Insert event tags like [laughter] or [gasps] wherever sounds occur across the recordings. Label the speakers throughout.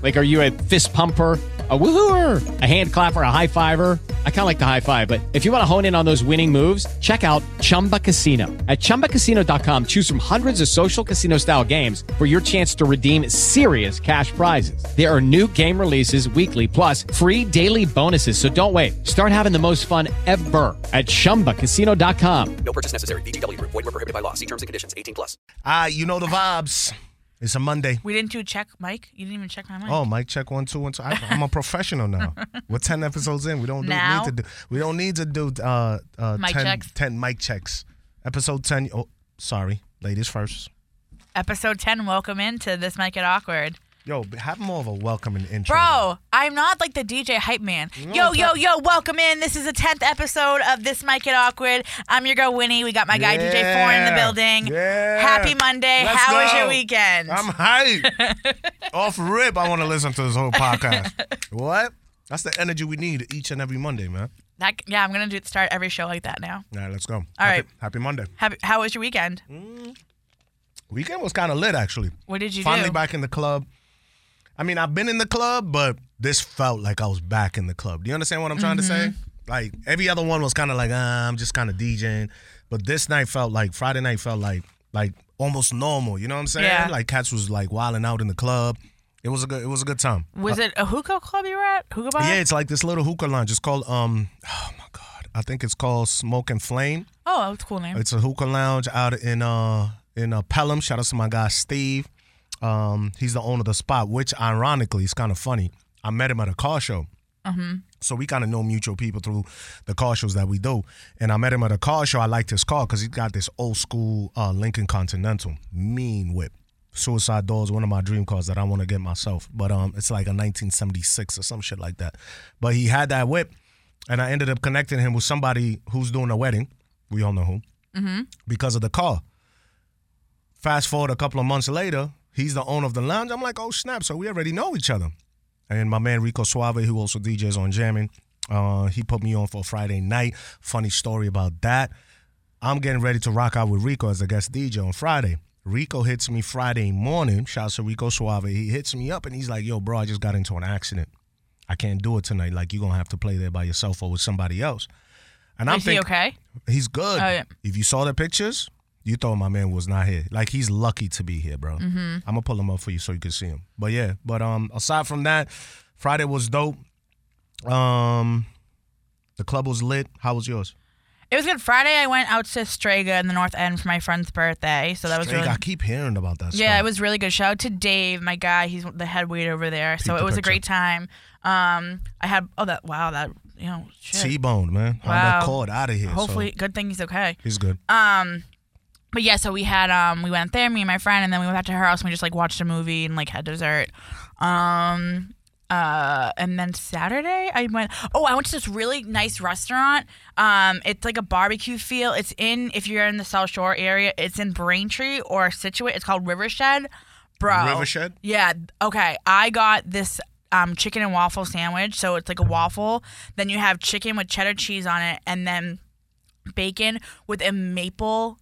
Speaker 1: Like, are you a fist pumper? A woohooer, a hand clapper, a high fiver. I kind of like the high five, but if you want to hone in on those winning moves, check out Chumba Casino. At chumbacasino.com, choose from hundreds of social casino style games for your chance to redeem serious cash prizes. There are new game releases weekly, plus free daily bonuses. So don't wait. Start having the most fun ever at chumbacasino.com.
Speaker 2: No purchase necessary. VGW Group. Void were prohibited by law. See terms and conditions. 18 plus.
Speaker 3: Ah, you know the vibes. It's a Monday.
Speaker 4: We didn't do a check, Mike. You didn't even check my mic.
Speaker 3: Oh, Mike, check one, two, one, two. I, I'm a professional
Speaker 4: [laughs]
Speaker 3: now. We're ten episodes in. We don't do,
Speaker 4: Now?
Speaker 3: need to do. We don't need to do uh, uh,
Speaker 4: Mic
Speaker 3: 10,
Speaker 4: checks?
Speaker 3: 10 mic checks. Episode ten. Oh, sorry, ladies first.
Speaker 4: Episode 10, welcome into This Might Get Awkward.
Speaker 3: Yo, b- have more of a welcoming intro.
Speaker 4: Bro, I'm not like the DJ hype man. Yo, yo, yo, welcome in. This is the 10th episode of This Might Get Awkward. I'm your girl, Winnie. We got my guy, DJ Four, in the
Speaker 3: Yeah.
Speaker 4: building.
Speaker 3: Yeah.
Speaker 4: Happy Monday.
Speaker 3: Let's
Speaker 4: How was
Speaker 3: go.
Speaker 4: your weekend?
Speaker 3: I'm
Speaker 4: [laughs]
Speaker 3: hype. Off rip, I want to listen to this whole podcast. what? That's the energy we need each and every Monday, man.
Speaker 4: That- yeah, I'm going to do start every show like that now.
Speaker 3: All right, let's go. All
Speaker 4: All
Speaker 3: happy,
Speaker 4: right.
Speaker 3: Happy Monday.
Speaker 4: Happy, how was your weekend?
Speaker 3: Hmm? Weekend was kind of lit, actually.
Speaker 4: What did you
Speaker 3: Finally
Speaker 4: do?
Speaker 3: back in the club. I mean, I've been in the club, but this felt like I was back in the club. Do you understand what I'm trying to say? Like every other one was kind of like, uh, I'm just kind of DJing, but this night felt like Friday night felt like like almost normal. You know what I'm saying?
Speaker 4: Yeah.
Speaker 3: Like cats was like wilding out in the club. It was a good. It was a good time.
Speaker 4: Was it a hookah club you were at? Hookah bar?
Speaker 3: Yeah, it's like this little hookah lounge. It's called um, [sighs] oh my god, I think it's called Smoke and Flame.
Speaker 4: Oh, that's a cool name.
Speaker 3: It's a hookah lounge out in uh in uh, Pelham. Shout out to my guy Steve. Um, he's the owner of the spot, which ironically is kind of funny. I met him at a car show. So we kind of know mutual people through the car shows that we do. And I met him at a car show. I liked his car because he got this old school uh, Lincoln Continental, mean whip. Suicide Door is one of my dream cars that I want to get myself. But um, it's like a 1976 or some shit like that. But he had that whip, and I ended up connecting him with somebody who's doing a wedding. We all know who. Because of the car. Fast forward a couple of months later, he's the owner of the lounge. I'm like, oh snap! So we already know each other. And my man Rico Suave, who also DJs on Jamming, uh, he put me on for Friday night. Funny story about that. I'm getting ready to rock out with Rico as a guest DJ on Friday. Rico hits me Friday morning. Shouts to Rico Suave. He hits me up and he's like, yo, bro, I just got into an accident. I can't do it tonight. Like, you're going to have to play there by yourself or with somebody else. And I'm
Speaker 4: Is he
Speaker 3: thinking,
Speaker 4: okay?
Speaker 3: He's good.
Speaker 4: Oh, yeah.
Speaker 3: If you saw the pictures, you thought my man was not here. Like he's lucky to be here, bro. I'm
Speaker 4: Mm-hmm.
Speaker 3: gonna pull him up for you so you can see him. But yeah, but um, aside from that, Friday was dope. Um, the club was lit. How was yours?
Speaker 4: It was good. Friday, I went out to Strega in the North End for my friend's birthday. So that was
Speaker 3: Drake,
Speaker 4: really
Speaker 3: I keep hearing about that.
Speaker 4: Yeah, it
Speaker 3: stuff.
Speaker 4: was really good. Shout out to Dave, my guy. He's the head waiter over there. So
Speaker 3: Peep
Speaker 4: it
Speaker 3: the
Speaker 4: was a
Speaker 3: picture.
Speaker 4: great time. Um, I had oh that wow that you know shit.
Speaker 3: T-boned, man. How that
Speaker 4: Wow.
Speaker 3: cord out of here. so
Speaker 4: Hopefully, Uh, good thing he's okay.
Speaker 3: he's good.
Speaker 4: But yeah, so we had um we went there, me and my friend, and then we went back to her house and we just like watched a movie and like had dessert. Um uh and then Saturday I went oh, I went to this really nice restaurant. Um it's like a barbecue feel. It's in if you're in the South Shore area, it's in Braintree or Situate. It's called Rivershed. Bro.
Speaker 3: Rivershed?
Speaker 4: Yeah. Okay. I got this um chicken and waffle sandwich. So it's like a waffle. Then you have chicken with cheddar cheese on it and then bacon with a maple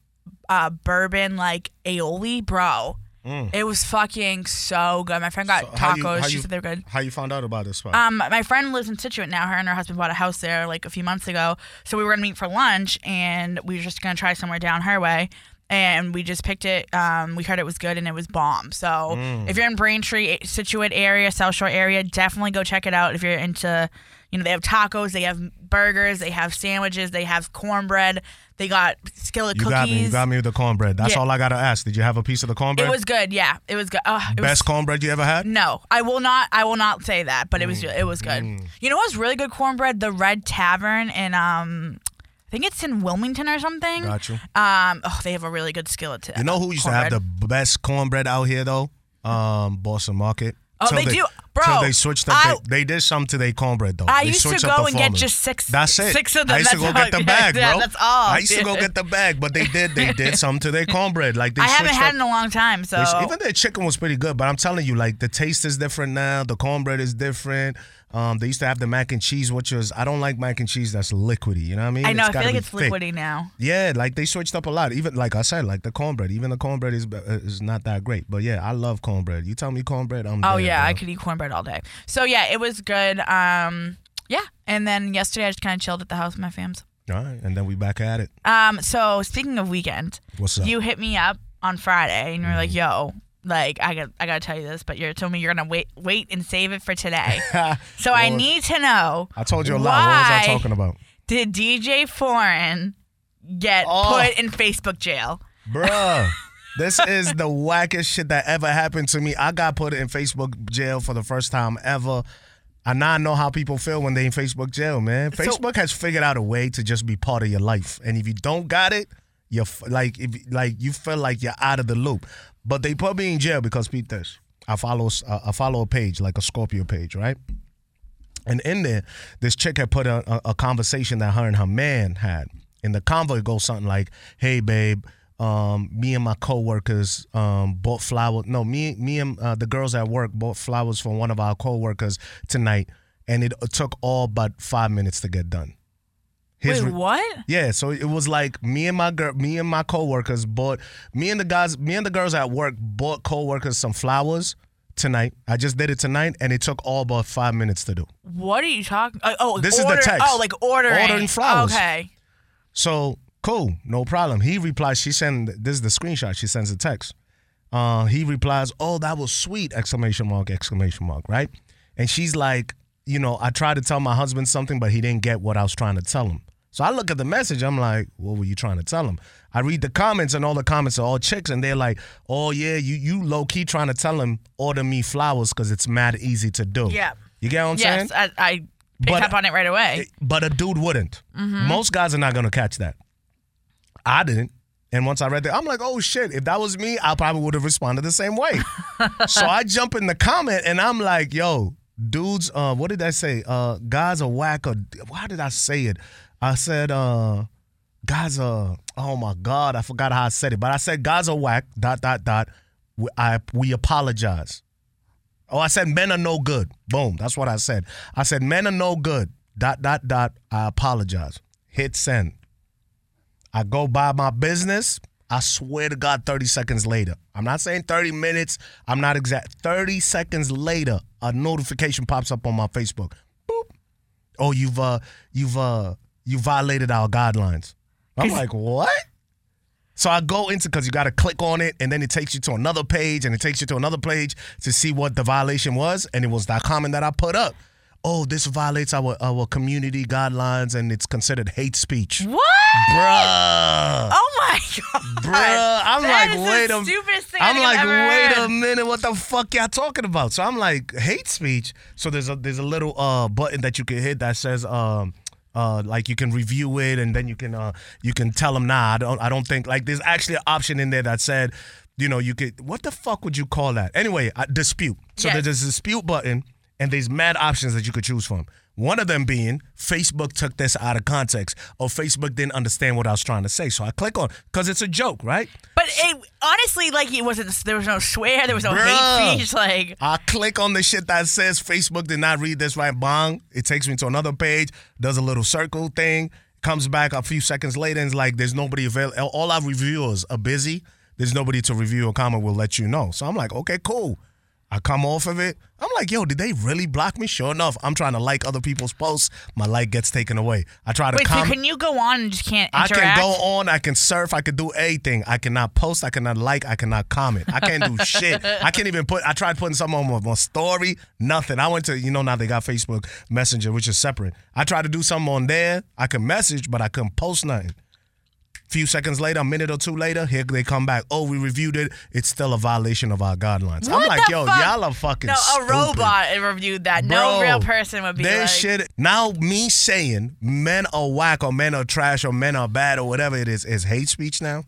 Speaker 4: uh, bourbon like aioli, bro. It was fucking so good. My friend got
Speaker 3: Mm. So how
Speaker 4: tacos.
Speaker 3: you- how
Speaker 4: she
Speaker 3: you-
Speaker 4: said they're good.
Speaker 3: How you found out about this spot?
Speaker 4: Um, my friend lives in Situate now. Her and her husband bought a house there like a few months ago. So we were gonna meet for lunch, and we were just gonna try somewhere down her way. And we just picked it. Um, we heard it was good, and it was bomb. So
Speaker 3: Mm.
Speaker 4: if you're in Braintree, Situate area, South Shore area, definitely go check it out. If you're into, you know, they have tacos, they have burgers, they have sandwiches, they have cornbread, they got skillet
Speaker 3: you
Speaker 4: cookies.
Speaker 3: got me. You got me with the cornbread. That's
Speaker 4: Yeah.
Speaker 3: all I gotta ask. Did you have a piece of the cornbread?
Speaker 4: It was good. Yeah, it was good. Ugh, it was
Speaker 3: best cornbread you ever had.
Speaker 4: no, I will not. I will not say that. But it was
Speaker 3: Mm,
Speaker 4: it was good. You know what's really good cornbread? The Red Tavern in um, I think it's in Wilmington or something.
Speaker 3: Gotcha.
Speaker 4: Um, oh, they have a really good skillet. To
Speaker 3: You know who used to have the best cornbread out here though? Um, Boston Market.
Speaker 4: Oh,
Speaker 3: Till
Speaker 4: they do- bro,
Speaker 3: Till they switched up,
Speaker 4: I-
Speaker 3: they, they did something to their cornbread though.
Speaker 4: I
Speaker 3: They
Speaker 4: used to
Speaker 3: switched up
Speaker 4: go
Speaker 3: the
Speaker 4: and get
Speaker 3: formula.
Speaker 4: just six-
Speaker 3: That's it.
Speaker 4: six of them.
Speaker 3: I used to
Speaker 4: That's
Speaker 3: go get
Speaker 4: all- [laughs]
Speaker 3: the bag,
Speaker 4: yeah,
Speaker 3: bro.
Speaker 4: that's all,
Speaker 3: I used to go
Speaker 4: dude.
Speaker 3: get the bag, but they did. They
Speaker 4: [laughs]
Speaker 3: did something to their cornbread. Like they
Speaker 4: I haven't
Speaker 3: switched
Speaker 4: had
Speaker 3: up-
Speaker 4: in a long time, so
Speaker 3: they- Even their chicken was pretty good, but I'm telling you, like the taste is different now. The cornbread is different. Um, they used to have the mac and cheese, which was I don't like mac and cheese that's liquidy. You know what I mean?
Speaker 4: I know. I feel
Speaker 3: gotta
Speaker 4: like
Speaker 3: be
Speaker 4: it's
Speaker 3: thick.
Speaker 4: liquidy now.
Speaker 3: Yeah, like they switched up a lot. Even like I said, like the cornbread. Even the cornbread is uh, is not that great. But yeah, I love cornbread. You tell me cornbread, I'm.
Speaker 4: Oh
Speaker 3: there,
Speaker 4: yeah,
Speaker 3: bro.
Speaker 4: I could eat cornbread all day. So yeah, it was good. Um, yeah, and then yesterday I just kind of chilled at the house with my fams.
Speaker 3: All right, and then we back at it.
Speaker 4: Um, so speaking of weekend,
Speaker 3: What's up? [laughs]
Speaker 4: you hit me up on Friday and you're
Speaker 3: Mm-hmm.
Speaker 4: like, "Yo, like I got I gotta tell you this, but you're telling me you're gonna wait wait and save it
Speaker 3: [laughs]
Speaker 4: for today." so I
Speaker 3: What was-
Speaker 4: need to know.
Speaker 3: I told you a lot. What was I
Speaker 4: why
Speaker 3: talking about,
Speaker 4: Did DJ Foreign get
Speaker 3: Oh.
Speaker 4: put in Facebook jail?
Speaker 3: bruh? [laughs] This is the wackest shit that ever happened to me. I got put in Facebook jail for the first time ever. I now know how people feel when they in Facebook jail, man.
Speaker 4: So-
Speaker 3: Facebook has figured out a way to just be part of your life, and if you don't got it, you're f- like if like you feel like you're out of the loop. But they put me in jail because Pete, this I follow s- uh, I follow a page like a Scorpio page, right? And in there, this chick had put a, a, a conversation that her and her man had. And the convo it goes something like, "Hey, babe, um, me and my coworkers um, bought flowers. No, me, me and uh, the girls at work bought flowers for one of our coworkers tonight, and it took all but five minutes to get done." His
Speaker 4: wait,
Speaker 3: re-
Speaker 4: what?
Speaker 3: yeah, so it was like me and my girl, me and my coworkers bought me and the guys, me and the girls at work bought coworkers some flowers tonight. I just did it tonight, and it took all but five minutes to do.
Speaker 4: What are you talking? Uh, oh,
Speaker 3: This is the
Speaker 4: order,
Speaker 3: text.
Speaker 4: Oh, like ordering
Speaker 3: Ordering flowers.
Speaker 4: Okay.
Speaker 3: So cool, no problem. He replies. She sent this is the screenshot. She sends a text. Uh, he replies, "Oh, that was sweet!" Exclamation mark! Exclamation mark! Right? And she's like, "You know, I tried to tell my husband something, but he didn't get what I was trying to tell him." So I look at the message. I'm like, "What were you trying to tell him?" I read the comments, and all the comments are all chicks, and they're like, "Oh yeah, you you low key trying to tell him order me flowers because it's mad easy to do."
Speaker 4: Yeah.
Speaker 3: You get what I'm saying?
Speaker 4: Yes, I, I picked
Speaker 3: But-
Speaker 4: up on it right away.
Speaker 3: but a dude wouldn't. Most guys are not gonna catch that. I didn't. And once I read that, I'm like, oh shit, if that was me, I probably would have responded the same way. so I jump in the comment and I'm like, yo, dudes, uh, what did I say? Uh, guys are whack or how did I say it? I said, uh, guys are oh my god, I forgot how I said it, but I said guys are whack, dot dot dot. We, I we apologize. Oh, I said men are no good. Boom. That's what I said. I said men are no good. Dot dot dot. I apologize. Hit send. I go by my business. I swear to God, 30 seconds later. I'm not saying 30 minutes. I'm not exact. 30 seconds later, a notification pops up on my Facebook. Boop. Oh, you've uh you've uh you violated our guidelines. I'm like, what? So I go into because you got to click on it, and then it takes you to another page, and it takes you to another page to see what the violation was, and it was that comment that I put up. Oh, this violates our our community guidelines, and it's considered hate speech,
Speaker 4: what?
Speaker 3: bruh.
Speaker 4: Mm. Oh my god,
Speaker 3: Bruh, I'm
Speaker 4: That
Speaker 3: like,
Speaker 4: is
Speaker 3: wait
Speaker 4: the
Speaker 3: a,
Speaker 4: stupidest thing I
Speaker 3: I'm
Speaker 4: think
Speaker 3: like,
Speaker 4: I've ever
Speaker 3: wait a
Speaker 4: heard.
Speaker 3: minute, what the fuck y'all talking about? So I'm like, hate speech. So there's a there's a little uh button that you can hit that says um uh like you can review it and then you can uh you can tell them nah I don't I don't think like there's actually an option in there that said you know you could what the fuck would you call that anyway uh, dispute. So
Speaker 4: Yes.
Speaker 3: there's a dispute button and there's mad options that you could choose from. One of them being Facebook took this out of context, or Facebook didn't understand what I was trying to say. So I click on because it's a joke, right?
Speaker 4: But it, honestly, like it wasn't. There was no swear. There was no
Speaker 3: Bruh.
Speaker 4: hate speech. Like
Speaker 3: I click on the shit that says Facebook did not read this right. Bong. It takes me to another page, does a little circle thing, comes back a few seconds later and is like, there's nobody available. All our reviewers are busy. There's nobody to review a comment. We'll let you know. So I'm like, okay, cool. I come off of it. I'm like, yo, did they really block me? Sure enough, I'm trying to like other people's posts. My like gets taken away. I try to
Speaker 4: wait, so
Speaker 3: comment.
Speaker 4: can you go on and just can't
Speaker 3: I can
Speaker 4: interact?
Speaker 3: go on, I can surf, I can do anything. I cannot post, I cannot like, I cannot comment. I can't do shit. I can't even put, I tried putting something on my, my story, nothing. I went to, you know, now they got Facebook Messenger, which is separate. I tried to do something on there, I could message, but I couldn't post nothing. Few seconds later, a minute or two later, here they come back. Oh, we reviewed it. It's still a violation of our guidelines. I'm
Speaker 4: What
Speaker 3: like,
Speaker 4: the
Speaker 3: yo,
Speaker 4: fuck?
Speaker 3: y'all are fucking
Speaker 4: No,
Speaker 3: stupid.
Speaker 4: a robot reviewed that. no
Speaker 3: Bro,
Speaker 4: real person would be
Speaker 3: That
Speaker 4: like.
Speaker 3: shit. Now me saying men are whack or men are trash or men are bad or whatever it is is hate speech now.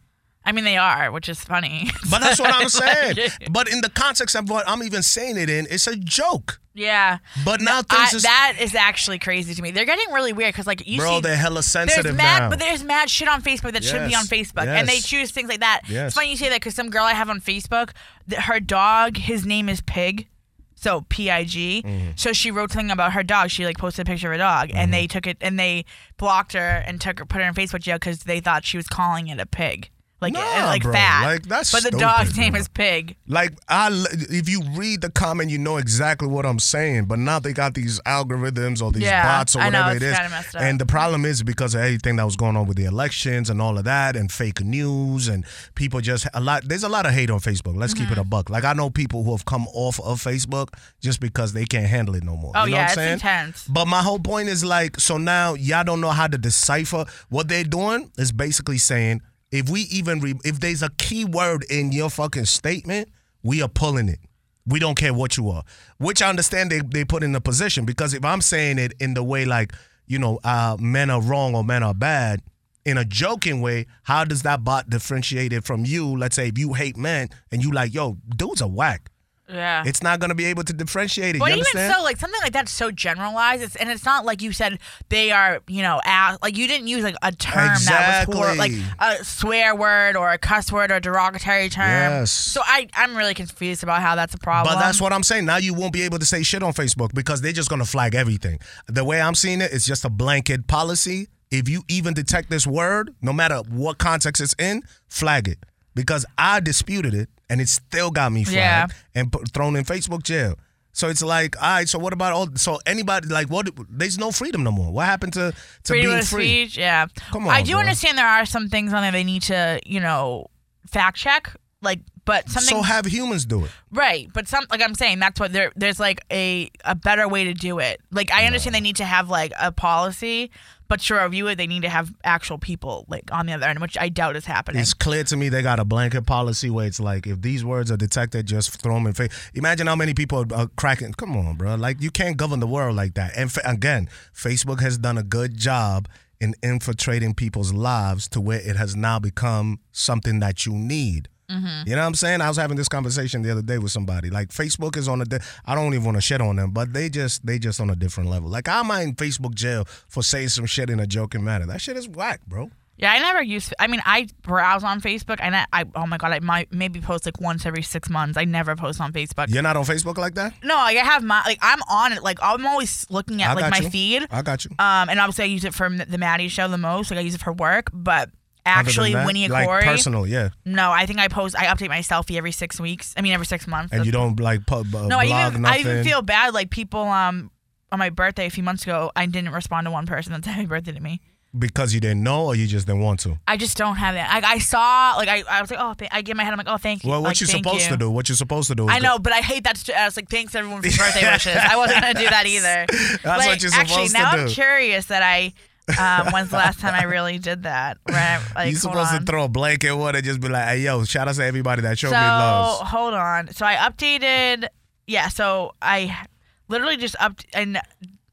Speaker 4: I mean, they are, which is funny. [laughs]
Speaker 3: But that's what I'm saying.
Speaker 4: Like-
Speaker 3: But in the context of what I'm even saying it in, it's a joke.
Speaker 4: yeah.
Speaker 3: But now
Speaker 4: I,
Speaker 3: things is
Speaker 4: that is actually crazy to me. They're getting really weird because, like, you
Speaker 3: bro,
Speaker 4: see,
Speaker 3: they're hella
Speaker 4: there's
Speaker 3: sensitive
Speaker 4: mad,
Speaker 3: now.
Speaker 4: but there's mad shit on Facebook that shouldn't be on
Speaker 3: Yes,
Speaker 4: Facebook, and they
Speaker 3: yes.
Speaker 4: choose things like that.
Speaker 3: Yes.
Speaker 4: It's funny you say that because some girl I have on Facebook, th- her dog, his name is Pig. so P.I.G.
Speaker 3: Mm-hmm.
Speaker 4: So she wrote something about her dog. She like posted a picture of her dog, and
Speaker 3: Mm-hmm.
Speaker 4: they took it and they blocked her and took her put her in Facebook jail because they thought she was calling it a pig, like it-
Speaker 3: Nah,
Speaker 4: like
Speaker 3: bro.
Speaker 4: fat.
Speaker 3: Like, that's
Speaker 4: but the
Speaker 3: stupid,
Speaker 4: dog's name
Speaker 3: bro.
Speaker 4: is Pig.
Speaker 3: Like I, l- if you read the comment, you know exactly what I'm saying. But now they got these algorithms or these
Speaker 4: Yeah,
Speaker 3: bots or
Speaker 4: I know,
Speaker 3: whatever
Speaker 4: it's
Speaker 3: it is,
Speaker 4: kinda messed up.
Speaker 3: and the problem is because of everything that was going on with the elections and all of that, and fake news, and people just a lot. There's a lot of hate on Facebook. Let's
Speaker 4: Mm-hmm.
Speaker 3: keep it a buck. Like I know people who have come off of Facebook just because they can't handle it no more.
Speaker 4: Oh
Speaker 3: you know what
Speaker 4: yeah,
Speaker 3: I'm
Speaker 4: it's
Speaker 3: saying?
Speaker 4: intense.
Speaker 3: But my whole point is like, so now y'all don't know how to decipher what they're doing. Is basically saying if we even re- if there's a key word in your fucking statement, we are pulling it. We don't care what you are, which I understand they they put in the position because if I'm saying it in the way like you know uh, men are wrong or men are bad in a joking way, how does that bot differentiate it from you? Let's say if you hate men and you like yo dudes are whack,
Speaker 4: Yeah.
Speaker 3: it's not gonna be able to differentiate it.
Speaker 4: But
Speaker 3: you
Speaker 4: even
Speaker 3: understand?
Speaker 4: so, like something like that's so generalized, it's, and it's not like you said they are, you know, ass, like you didn't use like a term that was hor- like
Speaker 3: Exactly.
Speaker 4: a swear word or a cuss word or a derogatory term.
Speaker 3: Yes.
Speaker 4: So I, I'm really confused about how that's a problem.
Speaker 3: But that's what I'm saying. Now you won't be able to say shit on Facebook because they're just gonna flag everything. The way I'm seeing it, it's just a blanket policy. If you even detect this word, no matter what context it's in, flag it because I disputed it and it still got me flagged and put, thrown in Facebook jail. So it's like, all right. So what about all? So anybody like what? There's no freedom no more. What happened to to
Speaker 4: freedom
Speaker 3: being
Speaker 4: of
Speaker 3: free?
Speaker 4: speech. Yeah.
Speaker 3: Come
Speaker 4: I
Speaker 3: on,
Speaker 4: do
Speaker 3: bro.
Speaker 4: understand there are some things on there they need to, you know, fact check. Like, but something
Speaker 3: So have humans do it.
Speaker 4: Right, but some like I'm saying that's what there there's like a a better way to do it. Like I understand they need to have like a policy, but to review it they need to have actual people like on the other end, which I doubt is happening.
Speaker 3: It's clear to me they got a blanket policy where it's like if these words are detected, just throw them in face. Imagine how many people are cracking. Come on, bro. Like you can't govern the world like that. And fa- again, Facebook has done a good job in infiltrating people's lives to where it has now become something that you need. You know what I'm saying? I was having this conversation the other day with somebody. Like Facebook is on a. Di- I don't even want to shit on them, but they just they just on a different level. Like I'm in Facebook jail for saying some shit in a joking manner. That shit is whack, bro.
Speaker 4: yeah, I never use. I mean, I browse on Facebook, and I, I oh my god, I might maybe post like once every six months. I never post on Facebook.
Speaker 3: You're not on Facebook like that.
Speaker 4: No, like, I have my like I'm on it. Like I'm always looking at
Speaker 3: I
Speaker 4: like
Speaker 3: got
Speaker 4: my
Speaker 3: you.
Speaker 4: feed.
Speaker 3: I got you.
Speaker 4: Um, and obviously I use it for m- the Maddie show the most. Like I use it for work, but
Speaker 3: Other than
Speaker 4: actually
Speaker 3: that,
Speaker 4: Winnie and
Speaker 3: like
Speaker 4: Corey.
Speaker 3: personal, yeah.
Speaker 4: No, I think I post. I update my selfie every six weeks. I mean, every six months.
Speaker 3: And you don't like pub, uh, blog
Speaker 4: no, I even I
Speaker 3: nothing.
Speaker 4: even feel bad. Like people, um, on my birthday a few months ago, I didn't respond to one person that said happy birthday to me.
Speaker 3: because you didn't know or you just didn't want to.
Speaker 4: I just don't have that. I, I saw like I, I was like oh th- I get in my head I'm like oh thank you.
Speaker 3: Well, what
Speaker 4: Like,
Speaker 3: you
Speaker 4: thank
Speaker 3: supposed to do? What you supposed to do? Is
Speaker 4: I know, but I hate that. St- I was like, thanks everyone
Speaker 3: [laughs]
Speaker 4: for birthday wishes. I wasn't gonna do that either.
Speaker 3: That's
Speaker 4: Like,
Speaker 3: what you're
Speaker 4: actually,
Speaker 3: supposed to
Speaker 4: now I'm
Speaker 3: do.
Speaker 4: curious that I. Um, when's the last time I really did that?
Speaker 3: [laughs]
Speaker 4: Right, like,
Speaker 3: you
Speaker 4: hold
Speaker 3: supposed
Speaker 4: on.
Speaker 3: to throw a blanket one and just be like, "Hey, yo, shout out to everybody that showed
Speaker 4: so
Speaker 3: me love."
Speaker 4: hold on. So I updated. Yeah. So I literally just up in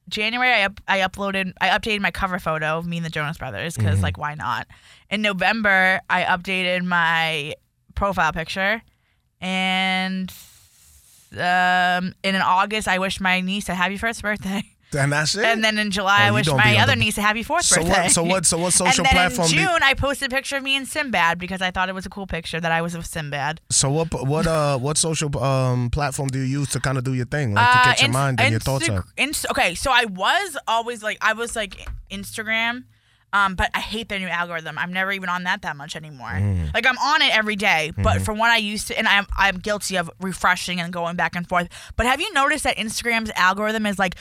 Speaker 4: January. I up, I uploaded. I updated my cover photo of me and the Jonas Brothers because
Speaker 3: Mm-hmm.
Speaker 4: like why not? In November, I updated my profile picture, and um, and in August, I wished my niece a happy first birthday. [laughs]
Speaker 3: And that's it.
Speaker 4: And then in
Speaker 3: Oh,
Speaker 4: July, I
Speaker 3: you
Speaker 4: wished
Speaker 3: don't be
Speaker 4: my
Speaker 3: on
Speaker 4: other
Speaker 3: the-
Speaker 4: niece a happy fourth
Speaker 3: So what-
Speaker 4: birthday.
Speaker 3: so what- so what social
Speaker 4: [laughs] and then
Speaker 3: platform
Speaker 4: In
Speaker 3: do you-
Speaker 4: June, I posted a picture of me and Sinbad because I thought it was a cool picture that I was with Sinbad.
Speaker 3: so what? What uh? What social um platform do you use to kind of do your thing, like to
Speaker 4: Uh,
Speaker 3: get your
Speaker 4: Inst-
Speaker 3: mind and your thoughts
Speaker 4: Insta-
Speaker 3: up?
Speaker 4: Inst- okay, so I was always like, I was like Instagram, um, but I hate their new algorithm. I'm never even on that that much anymore.
Speaker 3: Mm.
Speaker 4: Like I'm on it every day,
Speaker 3: Mm-hmm.
Speaker 4: but from what I used to, and I'm I'm guilty of refreshing and going back and forth. But have you noticed that Instagram's algorithm is like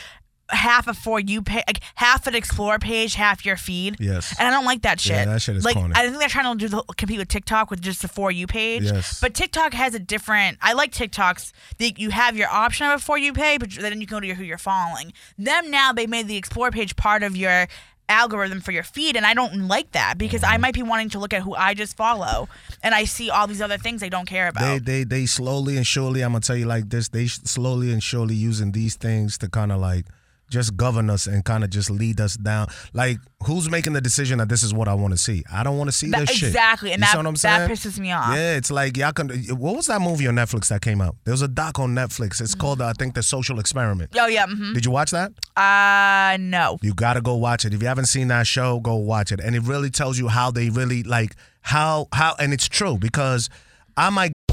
Speaker 4: half a for you page, like half an explore page, half your feed?
Speaker 3: Yes.
Speaker 4: and I don't like that shit.
Speaker 3: Yeah, that shit is
Speaker 4: like,
Speaker 3: corny.
Speaker 4: I think they're trying to do the, compete with TikTok with just the for you page.
Speaker 3: Yes.
Speaker 4: But TikTok has a different. I like TikToks. They, you have your option of a for you page, but then you can go to your, who you're following. Them now they made the explore page part of your algorithm for your feed, and I don't like that because
Speaker 3: Mm-hmm.
Speaker 4: I might be wanting to look at who I just follow, and I see all these other things I don't care
Speaker 3: They,
Speaker 4: about.
Speaker 3: they they slowly and surely. I'm gonna tell you like this. They sh- slowly and surely using these things to kind of like just govern us and kind of just lead us down. Like who's making the decision that this is what I want to see? I don't want to see
Speaker 4: That-
Speaker 3: this shit.
Speaker 4: exactly, and
Speaker 3: You see
Speaker 4: that-
Speaker 3: what I'm
Speaker 4: that
Speaker 3: saying?
Speaker 4: pisses me off.
Speaker 3: Yeah, it's like y'all can. What was that movie on Netflix that came out? There was a doc on Netflix. It's called uh, I think the Social Experiment.
Speaker 4: oh Mm. yeah. hmm
Speaker 3: Did you watch that?
Speaker 4: Uh no.
Speaker 3: You gotta go watch it. If you haven't seen that show, go watch it. And it really tells you how they really like how how and it's true because I might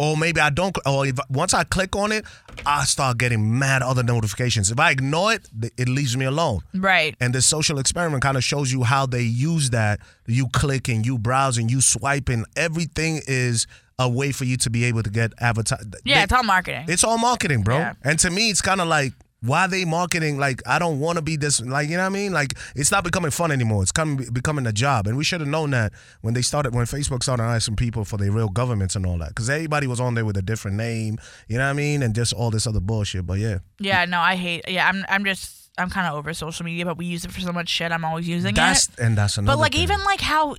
Speaker 3: Or maybe I don't. cl- Or if, once I click on it, I start getting mad other notifications. If I ignore it, th- it leaves me alone.
Speaker 4: Right.
Speaker 3: And this social experiment kind of shows you how they use that. You clicking, you browsing, you swiping. Everything is a way for you to be able to get advertised.
Speaker 4: Yeah, it's all marketing.
Speaker 3: It's all marketing, bro.
Speaker 4: Yeah.
Speaker 3: And to me, it's kind of like why they marketing? Like I don't want to be this. Like you know what I mean? Like it's not becoming fun anymore. It's coming becoming a job. And we should have known that when they started when Facebook started asking people for their real governments and all that, because everybody was on there with a different name. You know what I mean? And just all this other bullshit. But yeah,
Speaker 4: yeah, no, I hate. Yeah, I'm. I'm just. I'm kind of over social media, but we use it for so much shit. I'm always using
Speaker 3: that's
Speaker 4: it.
Speaker 3: and that's another.
Speaker 4: But like
Speaker 3: thing.
Speaker 4: even like how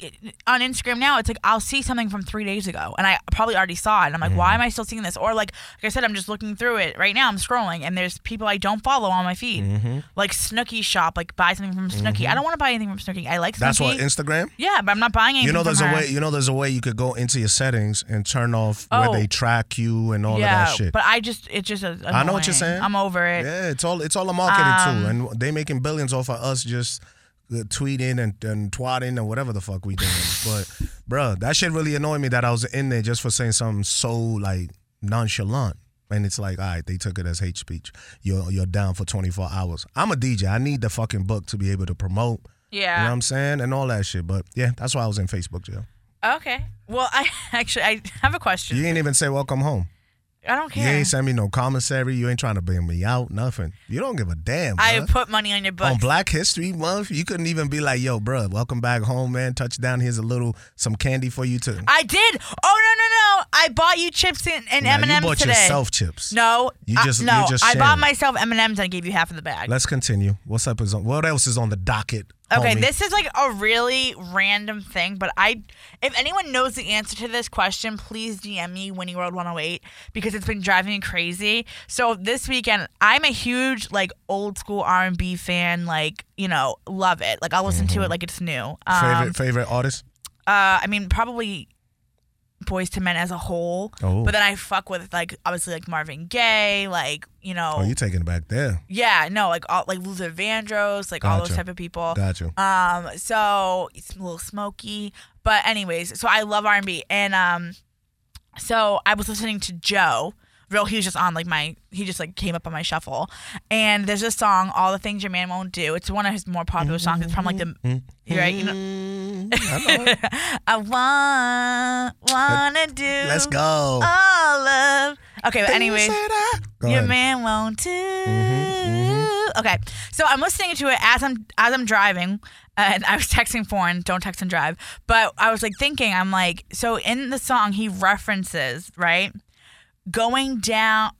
Speaker 4: on Instagram now, it's like I'll see something from three days ago, and I probably already saw it. And I'm like, why am I still seeing this? Or like, like I said, I'm just looking through it right now. I'm scrolling, and there's people I don't follow on my feed,
Speaker 3: Mm-hmm.
Speaker 4: like Snooki shop, like buy something from Snooki. I don't want to buy anything from Snooki. I like Snooki.
Speaker 3: that's what Instagram.
Speaker 4: yeah, but I'm not buying anything.
Speaker 3: You know, there's
Speaker 4: from
Speaker 3: a
Speaker 4: her.
Speaker 3: way. You know, there's a way you could go into your settings and turn off
Speaker 4: Oh.
Speaker 3: where they track you and all
Speaker 4: yeah,
Speaker 3: of that shit.
Speaker 4: but I just it just. is
Speaker 3: I know what you're
Speaker 4: annoying.
Speaker 3: saying.
Speaker 4: I'm over it. Um,
Speaker 3: yeah, it's all it's all a marketing tool, and they making billions off of us just uh, tweeting and, and twatting and whatever the fuck we doing. but, bruh, that shit really annoyed me that I was in there just for saying something so like nonchalant. And it's like, all right, they took it as hate speech. You're you're down for 24 hours. I'm a DJ. I need the fucking book to be able to promote. You
Speaker 4: Yeah.
Speaker 3: know what I'm saying? And all that shit. But yeah, that's why I was in Facebook jail.
Speaker 4: Okay. Well, I [laughs] actually I have a question.
Speaker 3: You ain't even say welcome home.
Speaker 4: I don't
Speaker 3: You
Speaker 4: care.
Speaker 3: ain't send me no commissary. You ain't trying to bail me out. Nothing. You don't give a damn.
Speaker 4: I
Speaker 3: bruh.
Speaker 4: put money on your
Speaker 3: on
Speaker 4: books.
Speaker 3: Black History Month, you couldn't even be like, "Yo, bruh, welcome back home, man. Touchdown. Here's a little some candy for you too."
Speaker 4: I did. Oh no no no! I bought you chips and, and
Speaker 3: Now,
Speaker 4: M and
Speaker 3: you
Speaker 4: M's
Speaker 3: bought
Speaker 4: M&M today.
Speaker 3: yourself chips.
Speaker 4: No,
Speaker 3: You
Speaker 4: I-
Speaker 3: just-
Speaker 4: no.
Speaker 3: you just
Speaker 4: I bought
Speaker 3: sharing.
Speaker 4: myself M and M's and I gave you half of the bag.
Speaker 3: Let's continue. What's up? Is on, what else is on the docket?
Speaker 4: Okay,
Speaker 3: homie?
Speaker 4: this is like a really random thing, but I, if anyone knows the answer to this question, please DM me Winnie World 108 because it's been driving me crazy. So this weekend, I'm a huge like old school R&B fan. Like you know, love it. Like I'll listen to it like it's new.
Speaker 3: Mm-hmm. favorite
Speaker 4: Um,
Speaker 3: favorite artist.
Speaker 4: uh, I mean, probably Boys to Men as a whole.
Speaker 3: Oh.
Speaker 4: But then I fuck with like obviously like Marvin Gaye, like you know,
Speaker 3: Oh, you taking it back there?
Speaker 4: yeah, no, like all like Luther Vandross, like all those
Speaker 3: Gotcha.
Speaker 4: type of people.
Speaker 3: Got you.
Speaker 4: Um, so it's a little smoky, but anyways, so I love R and B, and um, so I was listening to Joe. Real, he was just on like my, he just like came up on my shuffle, and there's a song, "All the Things Your Man Won't Do." It's one of his more popular songs. It's from like the,
Speaker 3: Mm-hmm.
Speaker 4: right? You know, [laughs] I want, wanna do.
Speaker 3: Let's go.
Speaker 4: All of. Okay, but Oh. anyways.
Speaker 3: Go
Speaker 4: Your
Speaker 3: ahead. Mm-hmm,
Speaker 4: man won't too. Okay, so I'm listening to it as I'm as I'm driving, and I was [laughs] texting foreign. Don't text and drive. But I was like thinking, I'm like, so in the song he references right, going down.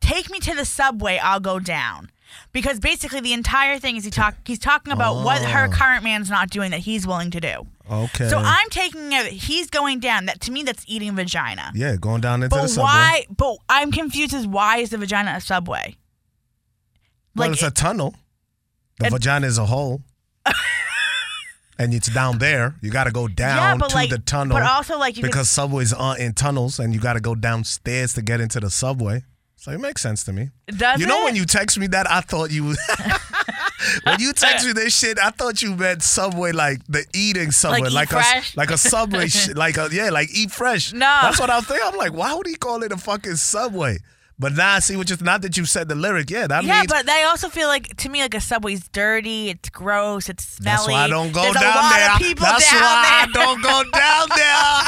Speaker 4: Take me to the subway. I'll go down. Because basically the entire thing is he talk he's talking about what her current man's not doing that he's willing to do.
Speaker 3: Oh. Okay.
Speaker 4: So I'm taking it. He's going down. That to me, that's eating vagina.
Speaker 3: yeah, going down into the
Speaker 4: But
Speaker 3: subway.
Speaker 4: why? But I'm confused as why is the vagina a subway?
Speaker 3: well,
Speaker 4: Like
Speaker 3: it's a
Speaker 4: it-
Speaker 3: tunnel. The
Speaker 4: it-
Speaker 3: vagina is a
Speaker 4: [laughs]
Speaker 3: hole. And it's down there. You got to go
Speaker 4: yeah,
Speaker 3: down
Speaker 4: but
Speaker 3: to
Speaker 4: like,
Speaker 3: the tunnel.
Speaker 4: but also like you
Speaker 3: because subways aren't in tunnels and you got to go downstairs to get into the subway. So it makes sense to me.
Speaker 4: could, does
Speaker 3: you know
Speaker 4: it?
Speaker 3: when you text me that I thought you [laughs] when you text me this shit I thought you meant subway like the eating subway
Speaker 4: Eat
Speaker 3: like
Speaker 4: Fresh?
Speaker 3: a like a subway
Speaker 4: [laughs]
Speaker 3: sh- like a yeah like eat fresh.
Speaker 4: No.
Speaker 3: that's what I think. I'm like why would he call it a fucking subway? But now I see what just not that you said the lyric. Yeah, that
Speaker 4: yeah,
Speaker 3: means
Speaker 4: but I also feel like to me like a subway's dirty, it's gross, it's smelly.
Speaker 3: That's why I don't go
Speaker 4: There's
Speaker 3: down
Speaker 4: a lot
Speaker 3: there.
Speaker 4: Of people
Speaker 3: That's
Speaker 4: down
Speaker 3: why
Speaker 4: there.
Speaker 3: I don't go down there.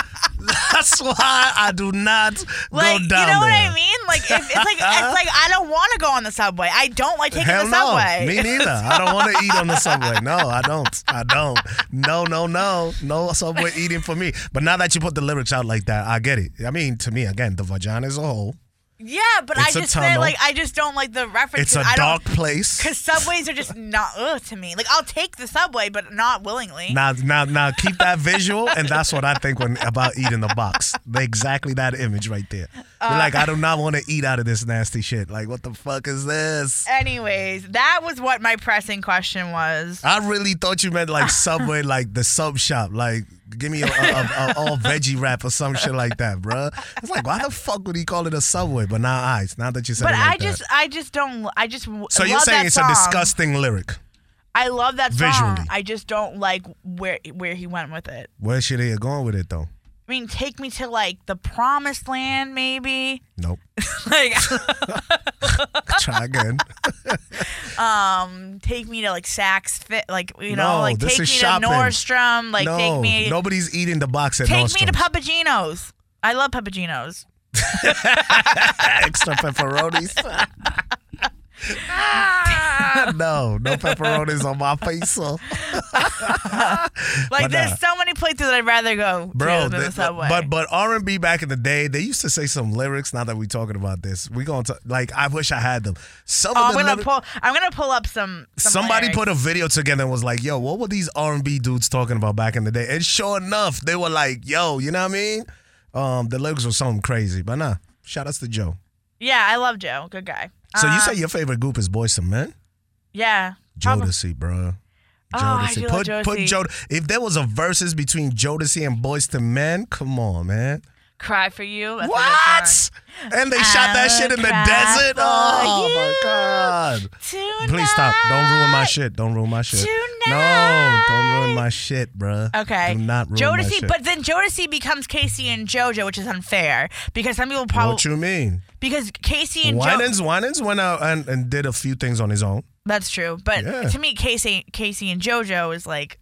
Speaker 3: That's why I do not
Speaker 4: Like
Speaker 3: go down
Speaker 4: you
Speaker 3: there.
Speaker 4: know what I mean? Like if, it's like
Speaker 3: [laughs]
Speaker 4: it's like I don't want to go on the subway. I don't like taking
Speaker 3: Hell
Speaker 4: the subway.
Speaker 3: no, me neither. I don't want to eat on the subway. No, I don't. I don't. No, no, no, no subway eating for me. But now that you put the lyrics out like that, I get it. I mean, to me, again, the vagina is a hole.
Speaker 4: [laughs] Yeah, but
Speaker 3: It's a
Speaker 4: I just say,
Speaker 3: tunnel.
Speaker 4: like I just don't like the reference.
Speaker 3: It's a
Speaker 4: I
Speaker 3: dark
Speaker 4: [laughs]
Speaker 3: place.
Speaker 4: Because subways are just not ugh to me. Like I'll take the subway, but not willingly.
Speaker 3: Now, now, now, keep that visual, and that's what I think when about eating the box. Exactly that image right there. You're like, I do not want to eat out of this nasty shit. Like, what the fuck is this?
Speaker 4: Anyways, that was what my pressing question was.
Speaker 3: I really thought you meant like Subway, like the sub shop. Like, give me a, a, a- a all veggie wrap or some shit like that, bruh. It's like, why the fuck would he call it a Subway? But now, I. Now that you said
Speaker 4: But
Speaker 3: it like
Speaker 4: I just,
Speaker 3: that.
Speaker 4: I just don't. I just. w-
Speaker 3: So you're
Speaker 4: love
Speaker 3: saying
Speaker 4: that
Speaker 3: it's
Speaker 4: song.
Speaker 3: a disgusting lyric.
Speaker 4: I love that song.
Speaker 3: Visually.
Speaker 4: I just don't like where where he went with it.
Speaker 3: Where should he have gone with it though?
Speaker 4: I mean, take me to like the promised land, maybe. [laughs]
Speaker 3: Nope.
Speaker 4: Like, [laughs]
Speaker 3: Try again.
Speaker 4: take me to like Saks Fit, like you know,
Speaker 3: No,
Speaker 4: like
Speaker 3: this
Speaker 4: take me
Speaker 3: is shopping.
Speaker 4: to Nordstrom, like
Speaker 3: no,
Speaker 4: take me,
Speaker 3: nobody's eating the box at
Speaker 4: take
Speaker 3: Nordstrom's.
Speaker 4: me to Papagino's. I love Papagino's.
Speaker 3: extra pepperonis.
Speaker 4: Ah.
Speaker 3: [laughs] no, no pepperonis on my face. So.
Speaker 4: Like
Speaker 3: But
Speaker 4: there's
Speaker 3: nah.
Speaker 4: so many places that I'd rather go
Speaker 3: Bro,
Speaker 4: to than
Speaker 3: the-
Speaker 4: the subway.
Speaker 3: but but R and B back in the day, they used to say some lyrics. Now that we're talking about this, we gonna t- like I wish I had them. Some
Speaker 4: oh,
Speaker 3: of
Speaker 4: I'm
Speaker 3: the
Speaker 4: gonna
Speaker 3: lyri-
Speaker 4: pull. I'm gonna pull up some. some
Speaker 3: somebody
Speaker 4: lyrics.
Speaker 3: put a video together and was like, "Yo, what were these R and B dudes talking about back in the day?" And sure enough, they were like, "Yo, you know what I mean?" Um, the lyrics were something crazy, but nah. Shout outs to Joe.
Speaker 4: Yeah, I love Joe. Good guy.
Speaker 3: So
Speaker 4: Uh,
Speaker 3: you say your favorite group is Boys to Men?
Speaker 4: yeah. probably-
Speaker 3: Jodeci, bro.
Speaker 4: Oh, I do
Speaker 3: put
Speaker 4: love
Speaker 3: put
Speaker 4: Jodeci.
Speaker 3: Jod- If there was a versus between Jodeci and Boys to Men, come on, man.
Speaker 4: Cry for you. That's a good song.
Speaker 3: What? And they shot that
Speaker 4: I'll
Speaker 3: shit in the
Speaker 4: cry
Speaker 3: desert.
Speaker 4: for
Speaker 3: Oh my
Speaker 4: you
Speaker 3: god.
Speaker 4: Tonight.
Speaker 3: Please stop. Don't ruin my shit. Don't ruin my shit. No,
Speaker 4: Tonight.
Speaker 3: don't ruin my shit, bruh.
Speaker 4: Okay.
Speaker 3: Do not ruin
Speaker 4: Jodeci,
Speaker 3: my shit.
Speaker 4: but then Jodeci becomes Casey and JoJo, which is unfair because some people probably
Speaker 3: what you mean?
Speaker 4: because Casey and JoJo.
Speaker 3: Winans, Winans went out and, and did a few things on his own.
Speaker 4: That's true, but
Speaker 3: Yeah.
Speaker 4: to me, Casey, Casey and JoJo is like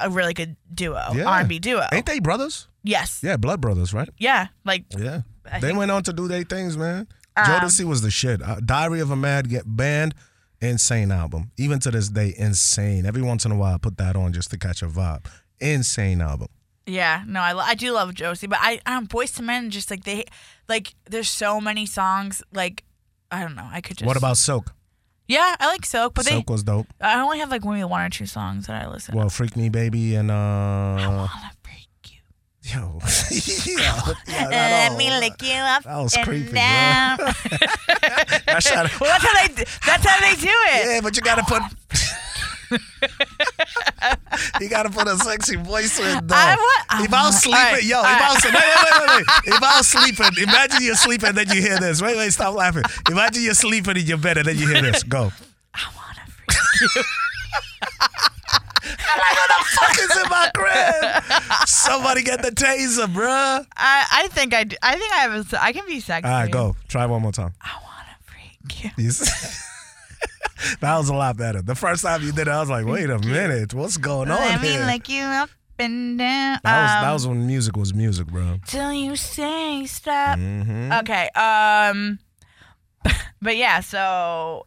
Speaker 4: a really good duo,
Speaker 3: Yeah.
Speaker 4: R&B duo.
Speaker 3: Ain't they brothers?
Speaker 4: yes.
Speaker 3: Yeah, blood brothers, right?
Speaker 4: Yeah. Like
Speaker 3: Yeah.
Speaker 4: I Um,
Speaker 3: they
Speaker 4: think-
Speaker 3: went on to do their things, man. Jodeci was the shit. Uh, Diary of a Mad Get Band, insane album. Even to this day, insane. Every once in a while, I put that on just to catch a vibe. Insane album.
Speaker 4: Yeah, no, I, lo- I do love Josie, but I um Boys to Men just like they like there's so many songs like I don't know I could just
Speaker 3: What about Silk?
Speaker 4: yeah I like Silk but
Speaker 3: Silk
Speaker 4: they
Speaker 3: was dope.
Speaker 4: I only have like maybe one or two songs that I listen.
Speaker 3: Well, Freak Me Baby and uh,
Speaker 4: to. Wanna freak you.
Speaker 3: [laughs] yo, [laughs]
Speaker 4: [laughs]
Speaker 3: yeah, yeah,
Speaker 4: Let
Speaker 3: that
Speaker 4: me
Speaker 3: all-
Speaker 4: lick you up.
Speaker 3: that was
Speaker 4: and
Speaker 3: creepy, [laughs]
Speaker 4: down. well,
Speaker 3: I
Speaker 4: [laughs]
Speaker 3: shot- [laughs]
Speaker 4: that's how they. That's how they do it. [laughs]
Speaker 3: yeah, but you gotta put. you gotta put a sexy voice in though.
Speaker 4: I want-
Speaker 3: if I was
Speaker 4: All
Speaker 3: sleeping,
Speaker 4: right,
Speaker 3: yo,
Speaker 4: all
Speaker 3: if I
Speaker 4: right.
Speaker 3: was wait, wait, wait, wait, wait. If I was
Speaker 4: [laughs]
Speaker 3: sleeping, imagine you're sleeping and then you hear this. Wait, wait, stop laughing. Imagine you're sleeping in your bed and then you hear this. Go.
Speaker 4: I wanna freak.
Speaker 3: Fuck is in my crib. Somebody get the taser, bruh.
Speaker 4: I I think I do- I think I have a, I can be sexy.
Speaker 3: All right, go. Try one more time.
Speaker 4: I wanna freak you.
Speaker 3: You s- [laughs] that was a lot better. The first time you did it, I was like, wait
Speaker 4: [laughs]
Speaker 3: a minute, what's going on
Speaker 4: Let me
Speaker 3: here?
Speaker 4: lick you up and down.
Speaker 3: that was
Speaker 4: Um,
Speaker 3: that was when music was music, bro.
Speaker 4: till you say stop.
Speaker 3: Mm-hmm.
Speaker 4: Okay. Um. [laughs] But yeah, so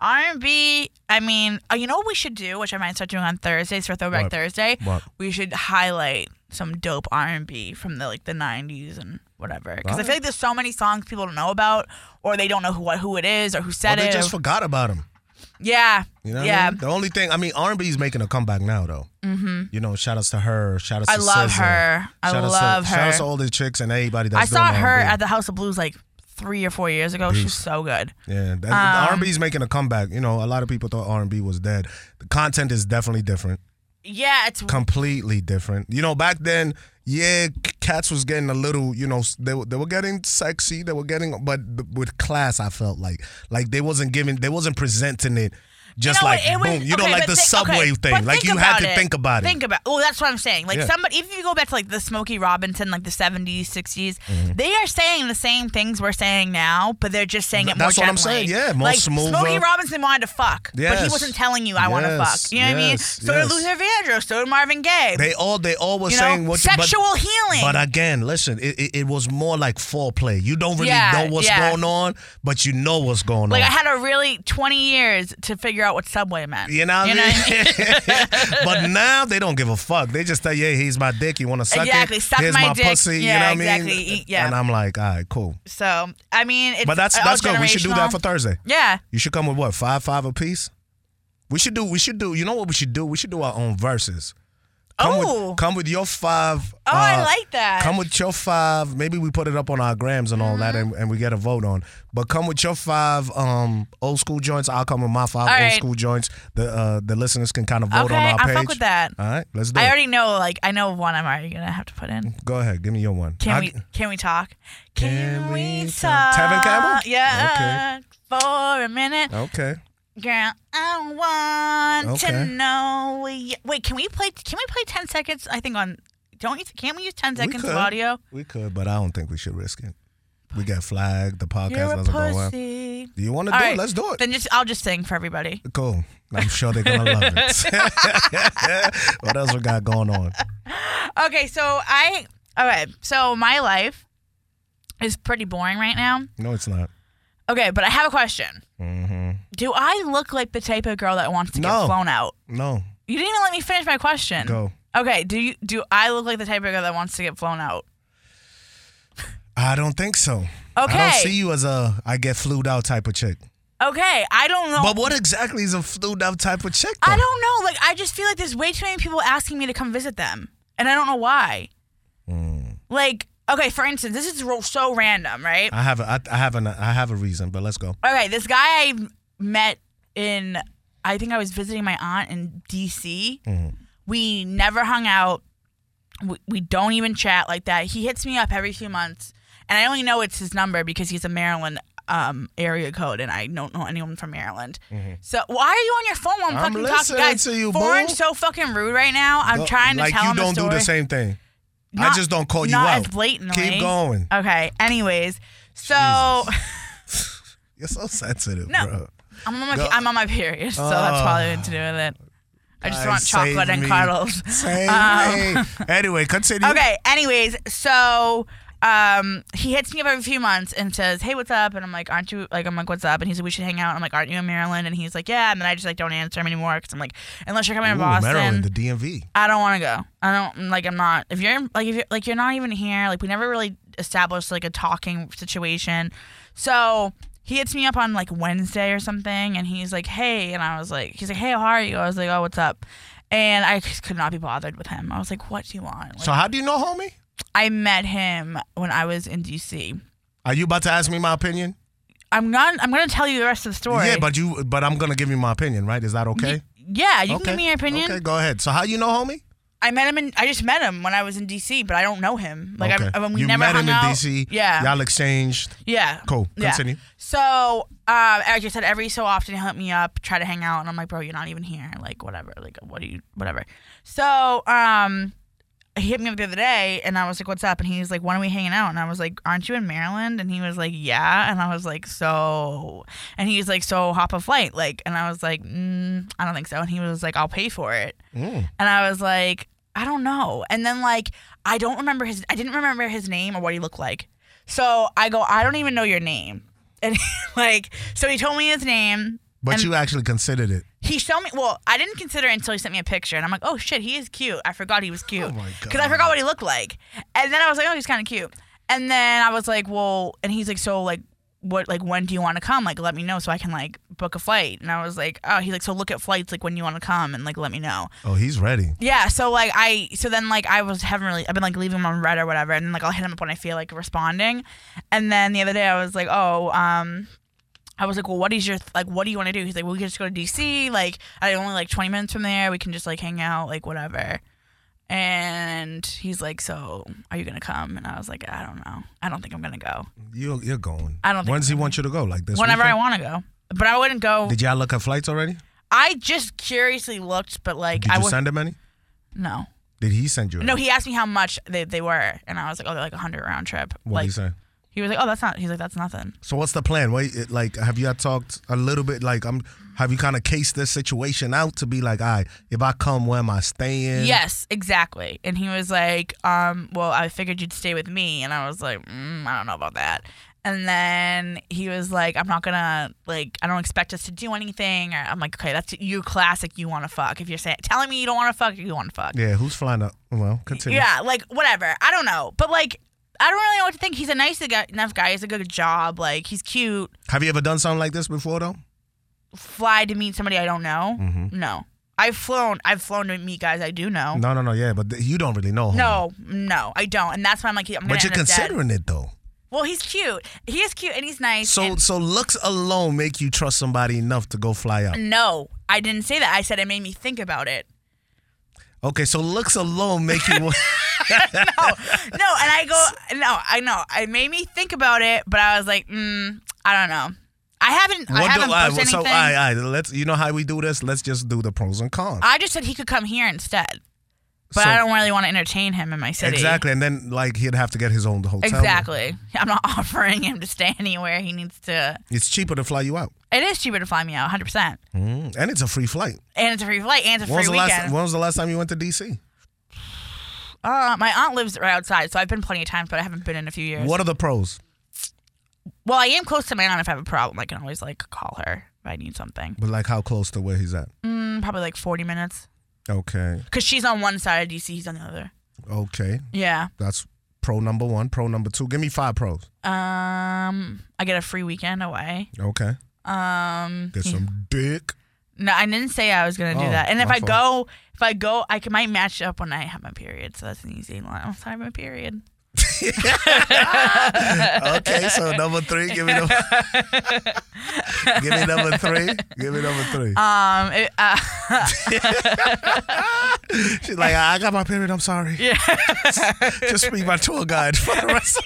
Speaker 4: R and B. I mean, uh, you know what we should do, which I might start doing on Thursdays for Throwback
Speaker 3: What?
Speaker 4: Thursday.
Speaker 3: What?
Speaker 4: We should highlight some dope R and B from the like the '90s and whatever, because I feel like there's so many songs people don't know about, or they don't know who who it is or who
Speaker 3: Well,
Speaker 4: said
Speaker 3: Oh, they
Speaker 4: it.
Speaker 3: just
Speaker 4: or-
Speaker 3: forgot about him.
Speaker 4: yeah.
Speaker 3: You know what I
Speaker 4: yeah.
Speaker 3: mean? The only thing, I mean, R&B is making a comeback now, though. Mm-hmm. You know, shout outs to her. Shout outs
Speaker 4: I
Speaker 3: to
Speaker 4: love
Speaker 3: SZA,
Speaker 4: her. I
Speaker 3: shout outs
Speaker 4: love
Speaker 3: to, Shout outs to
Speaker 4: her.
Speaker 3: all the chicks and everybody that's
Speaker 4: I saw
Speaker 3: doing
Speaker 4: her
Speaker 3: R&B.
Speaker 4: at the House of Blues like three or four years ago. She's so good.
Speaker 3: Yeah, that,
Speaker 4: Um,
Speaker 3: R&B is making a comeback. You know, a lot of people thought R&B was dead. The content is definitely different.
Speaker 4: Yeah, it's
Speaker 3: completely different. You know, back then, yeah, c- cats was getting a little, you know, s- they were- they were getting sexy, they were getting, but th- with class, I felt like like they wasn't giving, they wasn't presenting it. Just
Speaker 4: know
Speaker 3: like
Speaker 4: what, it was-
Speaker 3: boom, you know,
Speaker 4: okay,
Speaker 3: like
Speaker 4: but
Speaker 3: the
Speaker 4: thi-
Speaker 3: subway
Speaker 4: okay,
Speaker 3: thing.
Speaker 4: but
Speaker 3: Like
Speaker 4: think
Speaker 3: you had
Speaker 4: about
Speaker 3: to think about it.
Speaker 4: Think about. Oh, that's what I'm saying. Like
Speaker 3: Yeah.
Speaker 4: somebody, if you go back to like the Smokey Robinson, like the 70s, 60s,
Speaker 3: Mm-hmm.
Speaker 4: they are saying the same things we're saying now, but they're just saying it more
Speaker 3: That's what I'm
Speaker 4: gently.
Speaker 3: saying, yeah, more
Speaker 4: like,
Speaker 3: smoother.
Speaker 4: Smokey Robinson wanted to fuck, but he
Speaker 3: Yes.
Speaker 4: wasn't telling you I want to
Speaker 3: Yes,
Speaker 4: fuck. You know what I mean?
Speaker 3: yes,
Speaker 4: So
Speaker 3: yes.
Speaker 4: did Luther Vandross. So did Marvin Gaye.
Speaker 3: They all they all were
Speaker 4: you know,
Speaker 3: saying what you-
Speaker 4: sexual
Speaker 3: but,
Speaker 4: healing.
Speaker 3: But again, listen, it, it, it was more like foreplay. You don't really
Speaker 4: Yeah,
Speaker 3: know what's
Speaker 4: yeah.
Speaker 3: going on, but you know what's going
Speaker 4: like
Speaker 3: on.
Speaker 4: I had a really 20 years to figure figure out what subway meant.
Speaker 3: You know what
Speaker 4: You know
Speaker 3: I
Speaker 4: what
Speaker 3: mean? [laughs]
Speaker 4: [laughs]
Speaker 3: but now they don't give a fuck. They just tell you, hey, he's my dick. You want to suck
Speaker 4: Exactly.
Speaker 3: it?
Speaker 4: Suck
Speaker 3: Here's
Speaker 4: my
Speaker 3: my,
Speaker 4: dick.
Speaker 3: pussy.
Speaker 4: Yeah,
Speaker 3: you know what I
Speaker 4: exactly.
Speaker 3: mean?
Speaker 4: Eat- yeah.
Speaker 3: And I'm like, all right, cool.
Speaker 4: So I mean, it's
Speaker 3: But that's
Speaker 4: all
Speaker 3: that's good. We should do that for
Speaker 4: generational.
Speaker 3: Thursday.
Speaker 4: Yeah.
Speaker 3: You should come with what five five apiece. We should do. We should do. You know what we should do? We should do our own verses. Come
Speaker 4: Oh.
Speaker 3: with, come with your five. uh,
Speaker 4: Oh, I like that.
Speaker 3: Come with your five. Maybe we put it up on our grams and all that,
Speaker 4: Mm-hmm.
Speaker 3: and, and we get a vote on. But come with your five um, old school joints. I'll come with my five
Speaker 4: All
Speaker 3: old
Speaker 4: right.
Speaker 3: school joints. The uh, the listeners can kind of vote
Speaker 4: Okay,
Speaker 3: on our
Speaker 4: I
Speaker 3: page.
Speaker 4: fuck with that.
Speaker 3: All right, let's do
Speaker 4: I
Speaker 3: it.
Speaker 4: already know. Like I know one. I'm already gonna have to put in.
Speaker 3: Go ahead, give me your one.
Speaker 4: Can
Speaker 3: I-
Speaker 4: we? Can we talk?
Speaker 3: Can
Speaker 4: Can,
Speaker 3: we
Speaker 4: we
Speaker 3: talk?
Speaker 4: talk?
Speaker 3: Tevin Campbell?
Speaker 4: Yeah. For a minute,
Speaker 3: Okay.
Speaker 4: girl. I want
Speaker 3: Okay.
Speaker 4: to know. y- Wait, can we play? Can we play ten seconds? I think on. Don't you? Can't we use ten
Speaker 3: we
Speaker 4: seconds
Speaker 3: could.
Speaker 4: of audio?
Speaker 3: We could, but I don't think we should risk it. We get flagged. The podcast
Speaker 4: You're a
Speaker 3: doesn't go well.
Speaker 4: pussy.
Speaker 3: Do you want to
Speaker 4: All
Speaker 3: do
Speaker 4: right,
Speaker 3: it? Let's do it.
Speaker 4: Then just I'll just sing for everybody.
Speaker 3: cool. I'm sure they're gonna love it. [laughs] what else we got going on?
Speaker 4: Okay, so I okay, so my life is pretty boring right now.
Speaker 3: No, it's not.
Speaker 4: Okay, but I have a question. Do I look like the type of girl that wants to
Speaker 3: Mm-hmm. No.
Speaker 4: get flown out?
Speaker 3: No,
Speaker 4: You didn't even let me finish my question.
Speaker 3: go.
Speaker 4: Okay, do you do I look like the type of girl that wants to get flown out?
Speaker 3: I don't think so. I
Speaker 4: Okay.
Speaker 3: don't see you as a I get flued out type of chick.
Speaker 4: Okay, I don't know.
Speaker 3: But what exactly is a flued out type of chick? Though?
Speaker 4: Oh. I don't know. Like I just feel like there's way too many people asking me to come visit them, and I don't know why.
Speaker 3: Mm.
Speaker 4: Like, okay, for instance, this is ro- so random, right?
Speaker 3: I have a, I, I have an I have a reason, but let's go.
Speaker 4: Okay, this guy I met in, I think I was visiting my aunt in DC.
Speaker 3: Mm-hmm.
Speaker 4: We never hung out. We, we don't even chat like that. He hits me up every few months, and I only know it's his number because he's a Maryland um, area code, and I don't know anyone from Maryland. So why are you on your phone while I'm,
Speaker 3: Mm-hmm. I'm
Speaker 4: fucking talking,
Speaker 3: listening
Speaker 4: guys?
Speaker 3: to you,
Speaker 4: Foreign's
Speaker 3: boo.
Speaker 4: so fucking rude right now. I'm
Speaker 3: Go-
Speaker 4: trying to
Speaker 3: like
Speaker 4: tell
Speaker 3: you
Speaker 4: him
Speaker 3: don't
Speaker 4: a story.
Speaker 3: do the same thing. I
Speaker 4: Not-
Speaker 3: just don't call you
Speaker 4: not
Speaker 3: out.
Speaker 4: as blatantly.
Speaker 3: Keep going.
Speaker 4: Okay. Anyways, so
Speaker 3: You're so sensitive,
Speaker 4: No. [laughs]
Speaker 3: bro.
Speaker 4: I'm on my,
Speaker 3: Go-
Speaker 4: I'm on my period, so that's
Speaker 3: Oh.
Speaker 4: probably what to do with it. I just
Speaker 3: God,
Speaker 4: want chocolate
Speaker 3: save
Speaker 4: and
Speaker 3: me.
Speaker 4: cuddles.
Speaker 3: [laughs] Save me. Anyway, continue.
Speaker 4: Um, Okay. Anyways, so um, he hits me up every few months and says, "Hey, what's up?" And I'm like, "Aren't you like?" I'm like, "What's up?" And he's like, "We should hang out." And I'm like, "Aren't you in Maryland?" And he's like, "Yeah." And then I just like don't answer him anymore because I'm like, unless you're coming
Speaker 3: Ooh,
Speaker 4: to Boston,
Speaker 3: Maryland, the DMV.
Speaker 4: I don't want to go. I don't mm, like. I'm not. If you're like, if you're like, you're not even here. Like, we never really established like a talking situation. So he hits me up on like Wednesday or something, and he's like, "Hey," and I was like, "He's like, hey, how are you?" I was like, "Oh, what's up?" And I just could not be bothered with him. I was like, "What do you want?" Like,
Speaker 3: So how do you know, homie?
Speaker 4: I met him when I was in DC.
Speaker 3: Are you about to ask me my opinion?
Speaker 4: I'm not. I'm gonna tell you the rest of the story.
Speaker 3: Yeah, but you but I'm gonna give you my opinion, right? Is that okay?
Speaker 4: yeah, you
Speaker 3: okay.
Speaker 4: can give me your opinion.
Speaker 3: Okay, go ahead. So how you know, homie?
Speaker 4: I met him in. I just met him when I was in DC, but I don't know him. Like
Speaker 3: okay.
Speaker 4: I, when we
Speaker 3: you
Speaker 4: never
Speaker 3: met
Speaker 4: hung
Speaker 3: him
Speaker 4: out.
Speaker 3: in DC.
Speaker 4: Yeah.
Speaker 3: Y'all exchanged.
Speaker 4: Yeah.
Speaker 3: Cool.
Speaker 4: Yeah.
Speaker 3: Continue.
Speaker 4: So, um, as I said, every so often he'll hit me up, try to hang out, and I'm like, bro, you're not even here. Like, whatever. Like, what do you, whatever. So, um, he hit me up the other day, and I was like, what's up? And he's like, when are we hanging out? And I was like, aren't you in Maryland? And he was like, yeah. And I was like, so. And he's like, so hop a flight. Like, and I was like, mm, I don't think so. And he was like, I'll pay for it.
Speaker 3: Mm.
Speaker 4: And I was like, I don't know. And then like I don't remember his I didn't remember his name or what he looked like. So I go, I don't even know your name. [laughs] And like so he told me his name.
Speaker 3: But
Speaker 4: and
Speaker 3: you actually considered it.
Speaker 4: he showed me well, I didn't consider it until he sent me a picture and I'm like, Oh shit, he is cute. I forgot he was cute.
Speaker 3: my
Speaker 4: Because I forgot what he looked like. And then I was like, Oh, he's kinda cute. And then I was like, Well and he's like, So like what like when do you want to come? Like let me know so I can like book a flight. And I was like, Oh, he's like, So look at flights like when you want to come and like let me know.
Speaker 3: Oh, he's ready.
Speaker 4: Yeah, so like I so then like I was haven't really I've been like leaving him on red or whatever and then like I'll hit him up when I feel like responding. And then the other day I was like, "Oh, um I was like, "Well, what is your like what do you want to do?" He's like, "Well, we can just go to DC, like I only like 20 minutes from there. We can just like hang out, like whatever." And he's like, "So, are you going to come?" And I was like, "I don't know. I don't think I'm going to go.
Speaker 3: You you're going.
Speaker 4: I don't think
Speaker 3: When's
Speaker 4: so.
Speaker 3: he want you to go? Like this.
Speaker 4: Whenever I
Speaker 3: weekend?
Speaker 4: want to go." But I wouldn't go.
Speaker 3: Did y'all look at flights already?
Speaker 4: I just curiously looked, but like
Speaker 3: Did
Speaker 4: I
Speaker 3: you
Speaker 4: would
Speaker 3: send him any?
Speaker 4: no.
Speaker 3: Did he send you?
Speaker 4: No,
Speaker 3: Any?
Speaker 4: he asked me how much they, they were, and I was like, oh, they're like a hundred round trip.
Speaker 3: What
Speaker 4: like
Speaker 3: did he say?
Speaker 4: he was like, oh, that's not. He's like, that's nothing.
Speaker 3: So what's the plan? Wait, it, like, have you talked a little bit? Like, I'm. Have you kind of cased this situation out to be like, all right, if I come, where am I staying?
Speaker 4: Yes, exactly. And he was like, um, well, I figured you'd stay with me, and I was like, mm, I don't know about that. And then he was like, I'm not gonna like I don't expect us to do anything. Or I'm like, okay, that's you classic. You want to fuck if you're saying telling me you don't want to fuck, you want to fuck.
Speaker 3: Yeah, who's flying up? Well, continue.
Speaker 4: Yeah, like whatever. I don't know, but like I don't really know what to think. He's a nice guy, enough guy. He's a good job. Like he's cute.
Speaker 3: Have you ever done something like this before though?
Speaker 4: Fly to meet somebody I don't know. No, I've flown. I've flown to meet guys I do know.
Speaker 3: Mm-hmm. No, no, no. Yeah, but th- you don't really know. homie.
Speaker 4: No, no, I don't. And that's why I'm like, I'm gonna
Speaker 3: but you're
Speaker 4: end up dead.
Speaker 3: considering it though.
Speaker 4: Well, he's cute. He is cute and he's nice.
Speaker 3: So,
Speaker 4: and-
Speaker 3: so looks alone make you trust somebody enough to go fly out.
Speaker 4: no, I didn't say that. I said it made me think about it.
Speaker 3: Okay, so looks alone make
Speaker 4: [laughs]
Speaker 3: you.
Speaker 4: No, and I go, no, I know. It made me think about it, but I was like, mm, I don't know. I haven't. I haven't
Speaker 3: I,
Speaker 4: pushed
Speaker 3: so all
Speaker 4: anything.
Speaker 3: right,
Speaker 4: I,
Speaker 3: all right, let's. You know how we do this? Let's just do the pros and cons.
Speaker 4: just said he could come here instead, but
Speaker 3: So-
Speaker 4: I don't really want to entertain him in my city.
Speaker 3: Exactly, and then like he'd have to get his own hotel. room.
Speaker 4: Exactly. I'm not [laughs] offering him to stay anywhere. He needs to.
Speaker 3: It's cheaper to fly you out,
Speaker 4: It is cheaper to fly me out, 100. percent
Speaker 3: Mm, and it's a free flight.
Speaker 4: And it's a free flight and it's a
Speaker 3: when was
Speaker 4: free
Speaker 3: the
Speaker 4: weekend.
Speaker 3: last? When was the last time you went to DC?
Speaker 4: Uh, my aunt lives right outside, so I've been plenty of times, but I haven't been in a few years.
Speaker 3: What are the pros?
Speaker 4: Well, I am close to my aunt. If I have a problem, I can always like call her if I need something.
Speaker 3: But like, how close to where he's at?
Speaker 4: Mm, probably like 40 minutes,
Speaker 3: Okay,
Speaker 4: cause she's on one side of DC, he's on the other.
Speaker 3: okay,
Speaker 4: Yeah.
Speaker 3: that's pro number one. Pro number two. Give me five pros.
Speaker 4: Um, I get a free weekend away.
Speaker 3: Okay,
Speaker 4: Um,
Speaker 3: get some dick.
Speaker 4: no, I didn't say I was gonna do
Speaker 3: Oh,
Speaker 4: that. And if
Speaker 3: my
Speaker 4: I
Speaker 3: fault.
Speaker 4: go, if I go, I can might match up when I have my period. So that's an easy one. I'm sorry, my period.
Speaker 3: Okay, so number three. Give me
Speaker 4: [laughs]
Speaker 3: number. give me number three. Give me number three.
Speaker 4: Um, it, uh,
Speaker 3: [laughs] She's like, I got my period. I'm sorry. Yeah. [laughs] Just be my tour guide for the rest of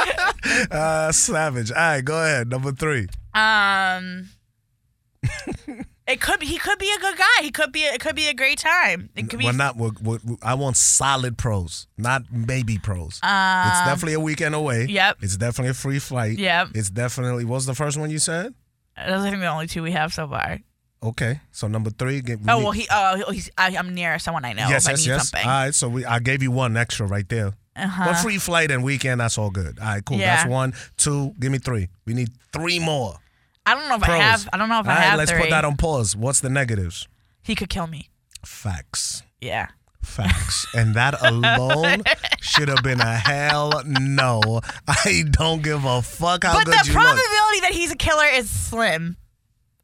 Speaker 3: the week. [laughs] uh, savage. All right, go ahead. Number three.
Speaker 4: um. It could be. He could be a good guy. He could be. A, it could be a great time. It could be.
Speaker 3: Well, not. we I want solid pros, not maybe pros. it's definitely a weekend away.
Speaker 4: Um, yep.
Speaker 3: It's definitely a free flight.
Speaker 4: Yep.
Speaker 3: It's definitely. What's the first one you said?
Speaker 4: Those are I think the only two we have so far.
Speaker 3: Okay. So number three. Get,
Speaker 4: Oh well, he. Oh, he's. I, I'm near someone I know.
Speaker 3: yes,
Speaker 4: if I
Speaker 3: yes,
Speaker 4: need
Speaker 3: yes. Uh,
Speaker 4: something.
Speaker 3: All right. So we. I gave you one extra right there.
Speaker 4: uh-huh.
Speaker 3: But free flight and weekend, that's all good. All right, cool.
Speaker 4: Yeah.
Speaker 3: That's one, two. Give me three. We need three more.
Speaker 4: I don't know if
Speaker 3: Pros.
Speaker 4: I have. I don't know if
Speaker 3: all
Speaker 4: I
Speaker 3: right,
Speaker 4: have
Speaker 3: let's
Speaker 4: three.
Speaker 3: put that on pause. What's the negatives?
Speaker 4: He could kill me.
Speaker 3: Facts.
Speaker 4: Yeah. [laughs]
Speaker 3: Facts. and that alone should have been a hell no. I don't give a fuck how
Speaker 4: but
Speaker 3: good
Speaker 4: the
Speaker 3: you
Speaker 4: probability
Speaker 3: look.
Speaker 4: that he's a killer is slim.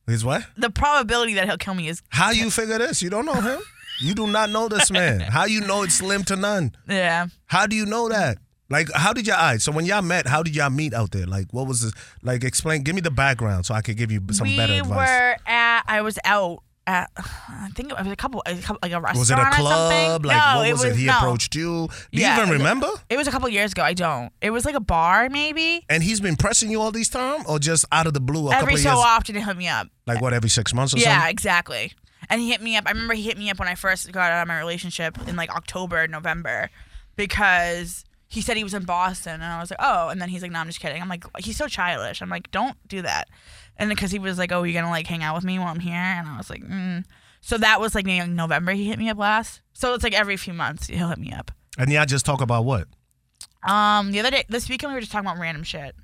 Speaker 3: He's what?
Speaker 4: The probability that he'll kill me is.
Speaker 3: How you figure this? You don't know him. You do not know this man. How you know it's slim to none?
Speaker 4: Yeah.
Speaker 3: How do you know that? Like, how did y'all? all right, So when y'all met, how did y'all meet out there? Like, what was this? Like, explain. Give me the background so I could give you some
Speaker 4: we
Speaker 3: better advice.
Speaker 4: were at. I was out. At, [sighs] I think it was a couple, a couple like a restaurant
Speaker 3: Was it a
Speaker 4: or
Speaker 3: club?
Speaker 4: something.
Speaker 3: Like,
Speaker 4: no,
Speaker 3: what was it? He
Speaker 4: no.
Speaker 3: approached you. Do
Speaker 4: Yeah,
Speaker 3: you even
Speaker 4: it-
Speaker 3: remember?
Speaker 4: It was a couple years ago. I don't. It was like a bar, maybe.
Speaker 3: And he's been pressing you all these time, or just out of the blue a couple
Speaker 4: Every
Speaker 3: of
Speaker 4: so
Speaker 3: years,
Speaker 4: often, he'll hit me up.
Speaker 3: like what every six months or
Speaker 4: yeah,
Speaker 3: something.
Speaker 4: exactly. And he hit me up. I remember he hit me up when I first got out of my relationship in like October, November, because he said he was in Boston, and I was like, oh. And then he's like, no, I'm just kidding. I'm like, he's so childish. I'm like, don't do that. And because he was like, oh, you're gonna like hang out with me while I'm here, and I was like, mm. so that was like maybe November. He hit me up last. So it's like every few months he'll hit me up.
Speaker 3: And y'all just talk about what?
Speaker 4: Um, the other day, this weekend we were just talking about random shit,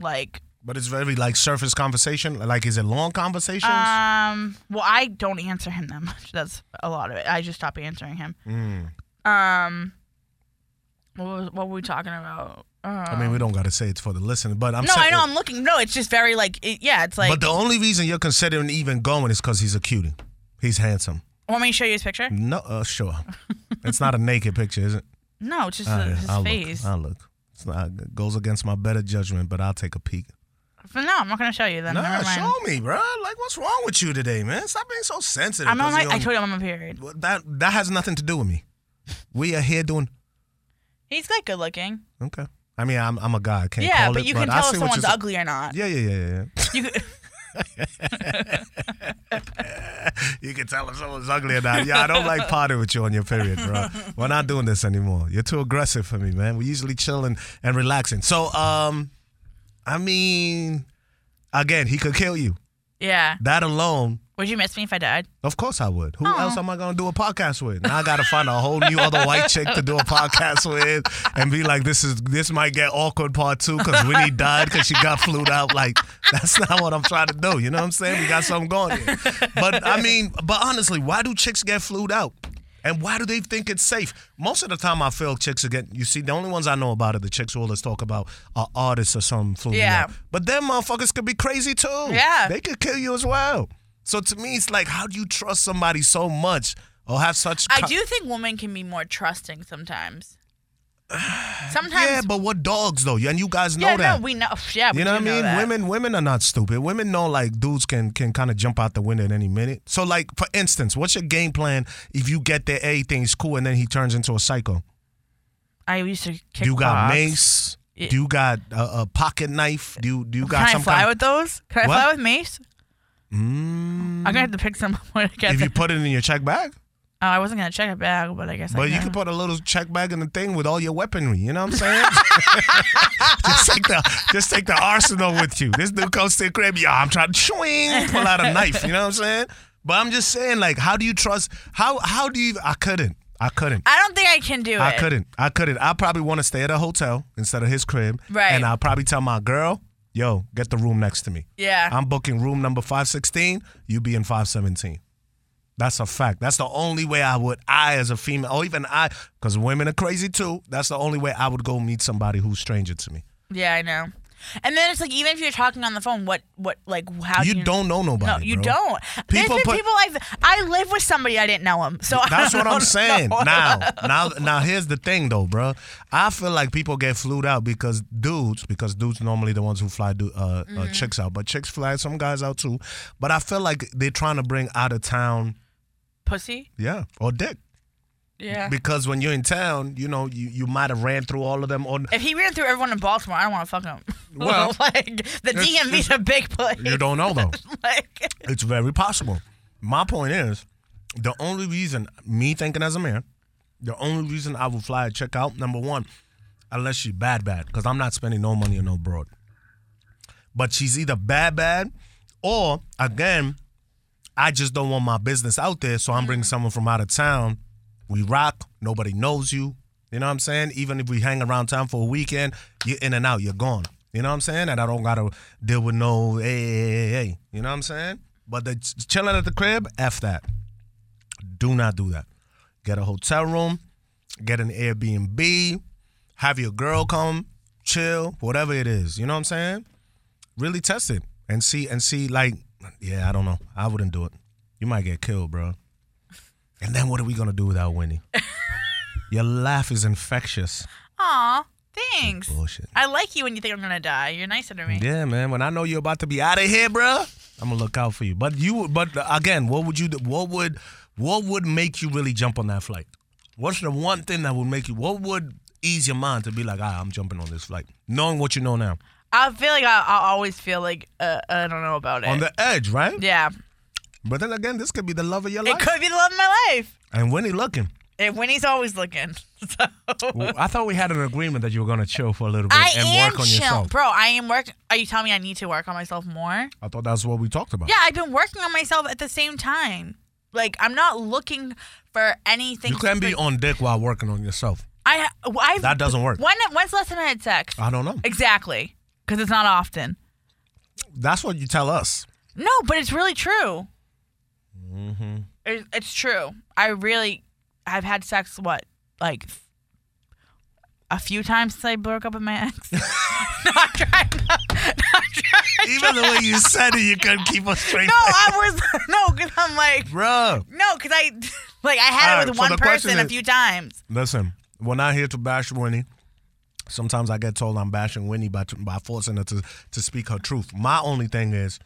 Speaker 4: like
Speaker 3: But it's very like surface conversation. Like, is it long conversations?
Speaker 4: Um. Well, I don't answer him that [laughs] much. That's a lot of it. I just stop answering him.
Speaker 3: Mm.
Speaker 4: Um. What, was, what were we talking about? Uh,
Speaker 3: I mean, we don't gotta say it for the listener, but I'm
Speaker 4: no,
Speaker 3: saying,
Speaker 4: I know. I'm looking. No, it's just very like. It, yeah, it's like.
Speaker 3: but the only reason you're considering even going is because he's a cutie. He's handsome.
Speaker 4: want me to show you his picture?
Speaker 3: No, uh, sure. it's not a naked picture, is
Speaker 4: [laughs]
Speaker 3: it?
Speaker 4: No, it's just
Speaker 3: All
Speaker 4: uh,
Speaker 3: right,
Speaker 4: his
Speaker 3: I'll
Speaker 4: face.
Speaker 3: Look, I'll look. It's not, it goes against my better judgment, but I'll take a peek.
Speaker 4: But no, I'm not gonna show you. Then
Speaker 3: Nah,
Speaker 4: never mind.
Speaker 3: show me, bro. Like, what's wrong with you today, man? Stop being so sensitive.
Speaker 4: I'm on
Speaker 3: 'cause
Speaker 4: my.
Speaker 3: you
Speaker 4: I
Speaker 3: don't-
Speaker 4: told you I'm on my period.
Speaker 3: Well, that that has nothing to do with me. We are here doing
Speaker 4: He's like good looking.
Speaker 3: okay. I mean, I'm I'm a guy. I can't
Speaker 4: yeah,
Speaker 3: call
Speaker 4: but
Speaker 3: it,
Speaker 4: you can
Speaker 3: I
Speaker 4: tell
Speaker 3: see
Speaker 4: if
Speaker 3: what
Speaker 4: someone's
Speaker 3: you're sa-
Speaker 4: ugly or not.
Speaker 3: Yeah, yeah, yeah, yeah, yeah.
Speaker 4: You could, [laughs]
Speaker 3: You can tell if someone's ugly or not. Yeah, I don't like partying with you on your period, bro. We're not doing this anymore. You're too aggressive for me, man. We're usually chilling and relaxing. So, um, I mean, again, he could kill you.
Speaker 4: yeah.
Speaker 3: That alone
Speaker 4: Would you miss me if I died?
Speaker 3: Of course I would. Who else am I gonna do a podcast with? Now I gotta find a whole new other white chick to do a podcast with and be like, this is this might get awkward part two because Winnie died because she got flued out. Like that's not what I'm trying to do. You know what I'm saying? We got something going. Here. But I mean, but honestly, why do chicks get flued out? And why do they think it's safe? Most of the time, I feel chicks again. You see, the only ones I know about are the chicks who always talk about are artists or something. flued
Speaker 4: Yeah.
Speaker 3: out. But them motherfuckers could be crazy too.
Speaker 4: Yeah.
Speaker 3: They could kill you as well. So to me, it's like, how do you trust somebody so much or have such.
Speaker 4: I
Speaker 3: co-
Speaker 4: do think women can be more trusting sometimes.
Speaker 3: [sighs]
Speaker 4: Sometimes,
Speaker 3: Yeah, but what dogs though? And you guys know
Speaker 4: yeah,
Speaker 3: that.
Speaker 4: no, we know. Yeah, we
Speaker 3: you know
Speaker 4: do
Speaker 3: what I mean?
Speaker 4: that.
Speaker 3: Women, women are not stupid. Women know like dudes can can kind of jump out the window at any minute. So like, for instance, what's your game plan if you get there, everything's cool, and then he turns into a psycho?
Speaker 4: I used to
Speaker 3: Do
Speaker 4: kick
Speaker 3: you got
Speaker 4: rocks.
Speaker 3: mace?
Speaker 4: Yeah.
Speaker 3: Do you got a, a pocket knife? Do you, do you got
Speaker 4: Can I
Speaker 3: some
Speaker 4: fly
Speaker 3: kind
Speaker 4: with those? Can I fly
Speaker 3: What? Mm.
Speaker 4: with mace? I'm gonna have to pick [laughs] some when I get
Speaker 3: If
Speaker 4: there.
Speaker 3: you put it in your check bag,
Speaker 4: oh, I wasn't gonna check a bag, but I guess. I
Speaker 3: But you
Speaker 4: can.
Speaker 3: can put a little check bag in the thing with all your weaponry. You know what I'm saying? [laughs] just take the just take the arsenal with you. This dude comes to the crib. Yeah, I'm trying to swing, pull out a knife. You know what I'm saying? But I'm just saying, like, how do you trust? How how do you? I couldn't. I couldn't.
Speaker 4: I don't think I can do
Speaker 3: I
Speaker 4: it.
Speaker 3: couldn't. I couldn't. I probably want to stay at a hotel instead of his crib.
Speaker 4: Right.
Speaker 3: And I'll probably tell my girl, yo, get the room next to me.
Speaker 4: Yeah.
Speaker 3: I'm booking room number 516. You be in 517. That's a fact. That's the only way I would, I as a female, or even I, because women are crazy too. That's the only way I would go meet somebody who's stranger to me.
Speaker 4: yeah, I know. And then it's like even if you're talking on the phone, what, what, like how
Speaker 3: You
Speaker 4: do
Speaker 3: don't know
Speaker 4: No,
Speaker 3: nobody.
Speaker 4: you
Speaker 3: bro.
Speaker 4: don't. There's
Speaker 3: People
Speaker 4: been
Speaker 3: put-
Speaker 4: people I've I live with somebody I didn't know him, so [laughs] I
Speaker 3: That's
Speaker 4: don't
Speaker 3: what I'm
Speaker 4: know.
Speaker 3: saying. Now, now, now, here's the thing though, bro. I feel like people get flued out because dudes, because dudes normally the ones who fly du- uh,
Speaker 4: Mm-hmm.
Speaker 3: uh, chicks out, but chicks fly some guys out too. But I feel like they're trying to bring out of town,
Speaker 4: [laughs] Pussy.
Speaker 3: yeah, or dick.
Speaker 4: Yeah.
Speaker 3: Because when you're in town, you know you, you might have ran through all of them.
Speaker 4: [laughs]
Speaker 3: Or
Speaker 4: If he ran through everyone in Baltimore, I don't want to fuck him. [laughs]
Speaker 3: Well,
Speaker 4: like the DMV's a big place.
Speaker 3: you don't know though.
Speaker 4: [laughs] like,
Speaker 3: It's very possible. My point is, the only reason me thinking as a man, the only reason I would fly a check out, number one, unless she bad bad, because I'm not spending no money on no broad. But she's either bad bad, or again, I just don't want my business out there, so I'm bringing someone from out of town. We rock. Nobody knows you. You know what I'm saying? Even if we hang around town for a weekend, you're in and out. You're gone. You know what I'm saying? And I don't gotta deal with no hey, hey, hey, hey. You know what I'm saying? But the ch- chilling at the crib, f that. Do not do that. Get a hotel room. Get an Airbnb. Have your girl come chill. Whatever it is. You know what I'm saying? Really test it and see and see. Like, yeah, I don't know. I wouldn't do it. You might get killed, bro. And then what are we gonna do without
Speaker 4: [laughs]
Speaker 3: Winnie? Your laugh is infectious.
Speaker 4: aw, thanks.
Speaker 3: Bullshit.
Speaker 4: I like you when you think I'm gonna die. You're nicer to me.
Speaker 3: Yeah, man. When I know you're about to be out of here, bruh, I'm gonna look out for you. But you, but again, what would you? do? What would? What would make you really jump on that flight? What's the one thing that would make you? What would ease your mind to be like, ah, I'm jumping on this flight, knowing what you know now,
Speaker 4: I feel like I, I always feel like uh, I don't know about it.
Speaker 3: on the edge, right?
Speaker 4: Eh. yeah,
Speaker 3: But then again, this could be the love of your
Speaker 4: it
Speaker 3: life.
Speaker 4: could be the love of my life.
Speaker 3: And Winnie looking.
Speaker 4: And Winnie's always looking. [laughs] So.
Speaker 3: Well, I thought we had an agreement that you were gonna chill for a little bit
Speaker 4: I
Speaker 3: and
Speaker 4: am
Speaker 3: work on
Speaker 4: chill,
Speaker 3: yourself.
Speaker 4: bro. I am work. Are you telling me I need to work on myself more?
Speaker 3: I thought that's what we talked about.
Speaker 4: Yeah, I've been working on myself at the same time. Like I'm not looking for anything.
Speaker 3: You can be
Speaker 4: like,
Speaker 3: on dick while working on yourself.
Speaker 4: I. I.
Speaker 3: That doesn't work. Uh.
Speaker 4: When? When's the last time I had sex?
Speaker 3: I don't know.
Speaker 4: Exactly, because it's not often.
Speaker 3: That's what you tell
Speaker 4: [laughs]
Speaker 3: us.
Speaker 4: No, but it's really true. Mm-hmm. It, it's true. I really, I've had sex what like a few times since I broke up with my
Speaker 3: [laughs]
Speaker 4: ex. [laughs] no, I'm trying not, not trying.
Speaker 3: Even the way you said it, you couldn't keep a straight
Speaker 4: No, I was [laughs] no, because I'm like
Speaker 3: Bro,
Speaker 4: no, because I [laughs] like I had
Speaker 3: All
Speaker 4: it
Speaker 3: right,
Speaker 4: with
Speaker 3: so
Speaker 4: one
Speaker 3: the question
Speaker 4: person a
Speaker 3: is-
Speaker 4: few times.
Speaker 3: listen, when I hear to bash Winnie, sometimes I get told I'm bashing Winnie by, by forcing her to, to speak her truth. My only thing is,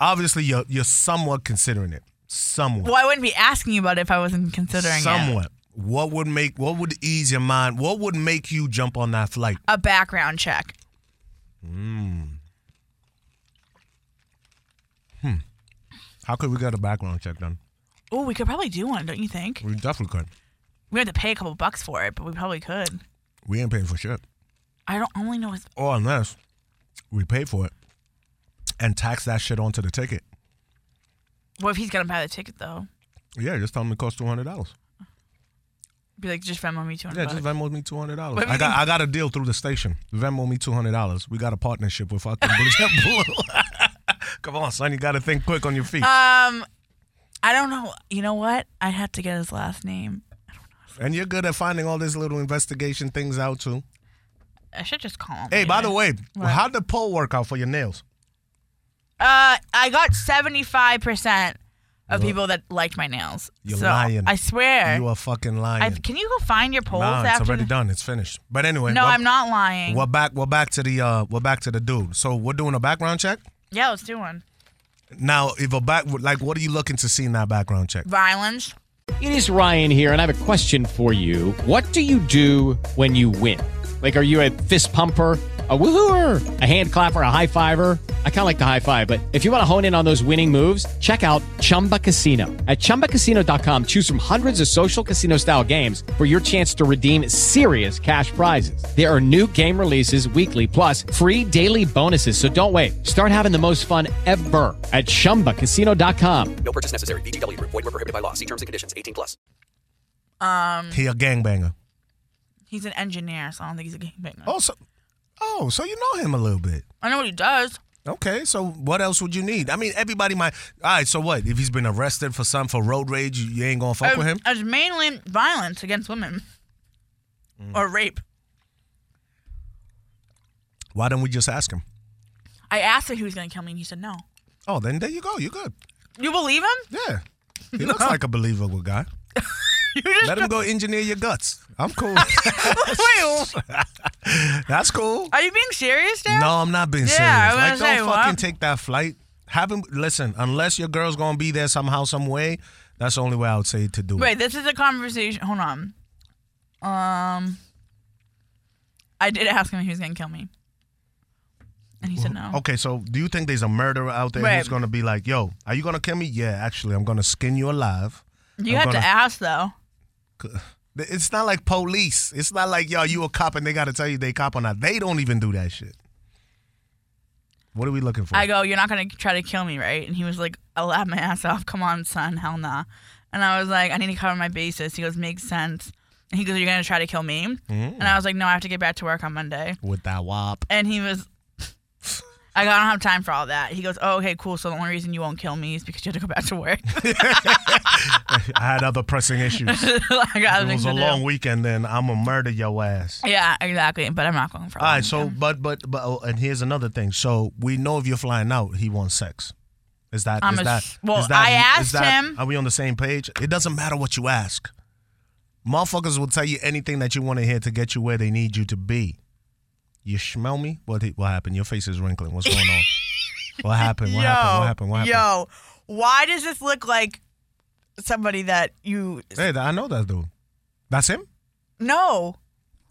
Speaker 3: obviously, you're, you're somewhat considering it. Somewhat.
Speaker 4: Well, I wouldn't be asking you about it if I wasn't considering it.
Speaker 3: somewhat. What would make, what would ease your mind? What would make you jump on that flight?
Speaker 4: A background check.
Speaker 3: How could we get a background check done?
Speaker 4: Oh, we could probably do one, don't you think?
Speaker 3: We definitely could.
Speaker 4: We had to pay a couple bucks for it, but we probably could.
Speaker 3: We ain't paying for shit.
Speaker 4: I don't only know his.
Speaker 3: Or unless we pay for it and tax that shit onto the ticket.
Speaker 4: What if he's gonna buy the ticket though?
Speaker 3: Yeah, just tell him it costs two hundred dollars.
Speaker 4: Be like, just Venmo me two
Speaker 3: Yeah,
Speaker 4: hundred.
Speaker 3: just Venmo me two hundred dollars.
Speaker 4: Wait,
Speaker 3: I got I got a deal through the station. Venmo me two hundred dollars. We got a partnership with fucking
Speaker 4: [laughs]
Speaker 3: Blue Jet Blue. [laughs] Come on, son, you got to think quick on your feet.
Speaker 4: um, I don't know. You know what? I had to get his last name.
Speaker 3: and you're good at finding all these little investigation things out too.
Speaker 4: I should just call him.
Speaker 3: Hey, by
Speaker 4: later.
Speaker 3: the way,
Speaker 4: What?
Speaker 3: how'd the poll work out for your nails?
Speaker 4: Uh, I got seventy five percent of people that liked my nails.
Speaker 3: You're
Speaker 4: So,
Speaker 3: lying.
Speaker 4: I swear.
Speaker 3: You are fucking lying.
Speaker 4: Eh. I, can you go find your polls
Speaker 3: nah, it's
Speaker 4: after?
Speaker 3: already done. It's finished. But anyway,
Speaker 4: No,
Speaker 3: we're-
Speaker 4: I'm not lying.
Speaker 3: We're back. We're back to the. Uh, we're back to the dude. So we're doing a background check
Speaker 4: Yeah, let's do one.
Speaker 3: now. If a back, like, what are you looking to see in that background check?
Speaker 4: Violence.
Speaker 1: It is Ryan here, and I have a question for you. What do you do when you win? Like, are you a fist pumper? A woohooer, a hand clapper, a high fiver. I kind of like the high five, but if you want to hone in on those winning moves, check out Chumba Casino. At chumbacasino.com, choose from hundreds of social casino style games for your chance to redeem serious cash prizes. There are new game releases weekly, plus free daily bonuses. So don't wait. Start having the most fun ever at chumbacasino.com.
Speaker 2: No purchase necessary. VGW Group. Void were prohibited by law. See terms and conditions. 18 plus.
Speaker 3: He a gangbanger.
Speaker 4: He's an engineer, so I don't think he's a gangbanger.
Speaker 3: Oh, so, oh, so you know him a little bit.
Speaker 4: I know what he does.
Speaker 3: Okay, so what else would you need? I mean, everybody might. All right, so what? If he's been arrested for something for road rage, you, you ain't gonna fuck
Speaker 4: It-
Speaker 3: with him.
Speaker 4: It's mainly violence against women
Speaker 3: Mm.
Speaker 4: or rape.
Speaker 3: Why don't we just ask him?
Speaker 4: I asked him who was going to kill me, and he said no.
Speaker 3: Oh, then there you go. You're good.
Speaker 4: You believe him?
Speaker 3: Yeah, he [laughs] looks like a believable guy.
Speaker 4: You just
Speaker 3: Let him go engineer your guts. I'm [laughs] cool.
Speaker 4: wait.
Speaker 3: [laughs] That's cool.
Speaker 4: Are you being serious, Dad?
Speaker 3: No, I'm not being serious.
Speaker 4: Yeah, I was
Speaker 3: Like, don't
Speaker 4: gonna say,
Speaker 3: fucking
Speaker 4: well, I'm-
Speaker 3: take that flight. Haven't listen unless your girl's gonna be there somehow, some way. That's the only way I would say to do it.
Speaker 4: Wait, this is a conversation. Hold on. Um, I did ask him if he was going to kill me, and he said no.
Speaker 3: Okay, so do you think there's a murderer out there who's
Speaker 4: Right.
Speaker 3: gonna be like, "Yo, are you gonna kill me?" Yeah, actually, I'm gonna skin you alive.
Speaker 4: You
Speaker 3: oh, I'm
Speaker 4: have to
Speaker 3: gonna-
Speaker 4: ask though.
Speaker 3: It's not like police. It's not like, "Yo, you a cop and they gotta tell you they cop or not." They don't even do that shit. What are we looking for?
Speaker 4: I go, you're not gonna try to kill me, right? And he was like, I'll laugh my ass off. Come on, son, hell nah. And I was like, I need to cover my bases. He goes, makes sense. And he goes, you're gonna try to kill me?
Speaker 3: Mm-hmm.
Speaker 4: And I was like, no, I have to get back to work on Monday.
Speaker 3: With that wop.
Speaker 4: And he was, [laughs] I go, I don't have time for all that. He goes, oh, okay, cool. So the only reason you won't kill me is because you have to go back to work.
Speaker 3: I had other pressing issues.
Speaker 4: like, [laughs] I
Speaker 3: it was a
Speaker 4: do.
Speaker 3: long weekend, and I'm gonna murder your ass.
Speaker 4: Yeah, exactly. But I'm not going for. a
Speaker 3: All
Speaker 4: long
Speaker 3: right, so
Speaker 4: time.
Speaker 3: but but but oh, and here's another thing. So we know if you're flying out, he wants sex. Is that
Speaker 4: I'm
Speaker 3: is
Speaker 4: a-
Speaker 3: that
Speaker 4: well,
Speaker 3: is that-
Speaker 4: I
Speaker 3: is
Speaker 4: asked
Speaker 3: that-
Speaker 4: him.
Speaker 3: Are we on the same page? It doesn't matter what you ask. Motherfuckers will tell you anything that you want to hear to get you where they need you to be. You smell me? What what happened? Your face is wrinkling. What's going
Speaker 4: [laughs]
Speaker 3: on? what happened? What happened? What happened? What happened?
Speaker 4: yo, why does this look like somebody that you?
Speaker 3: Hey, th- I know that dude. That's him.
Speaker 4: No,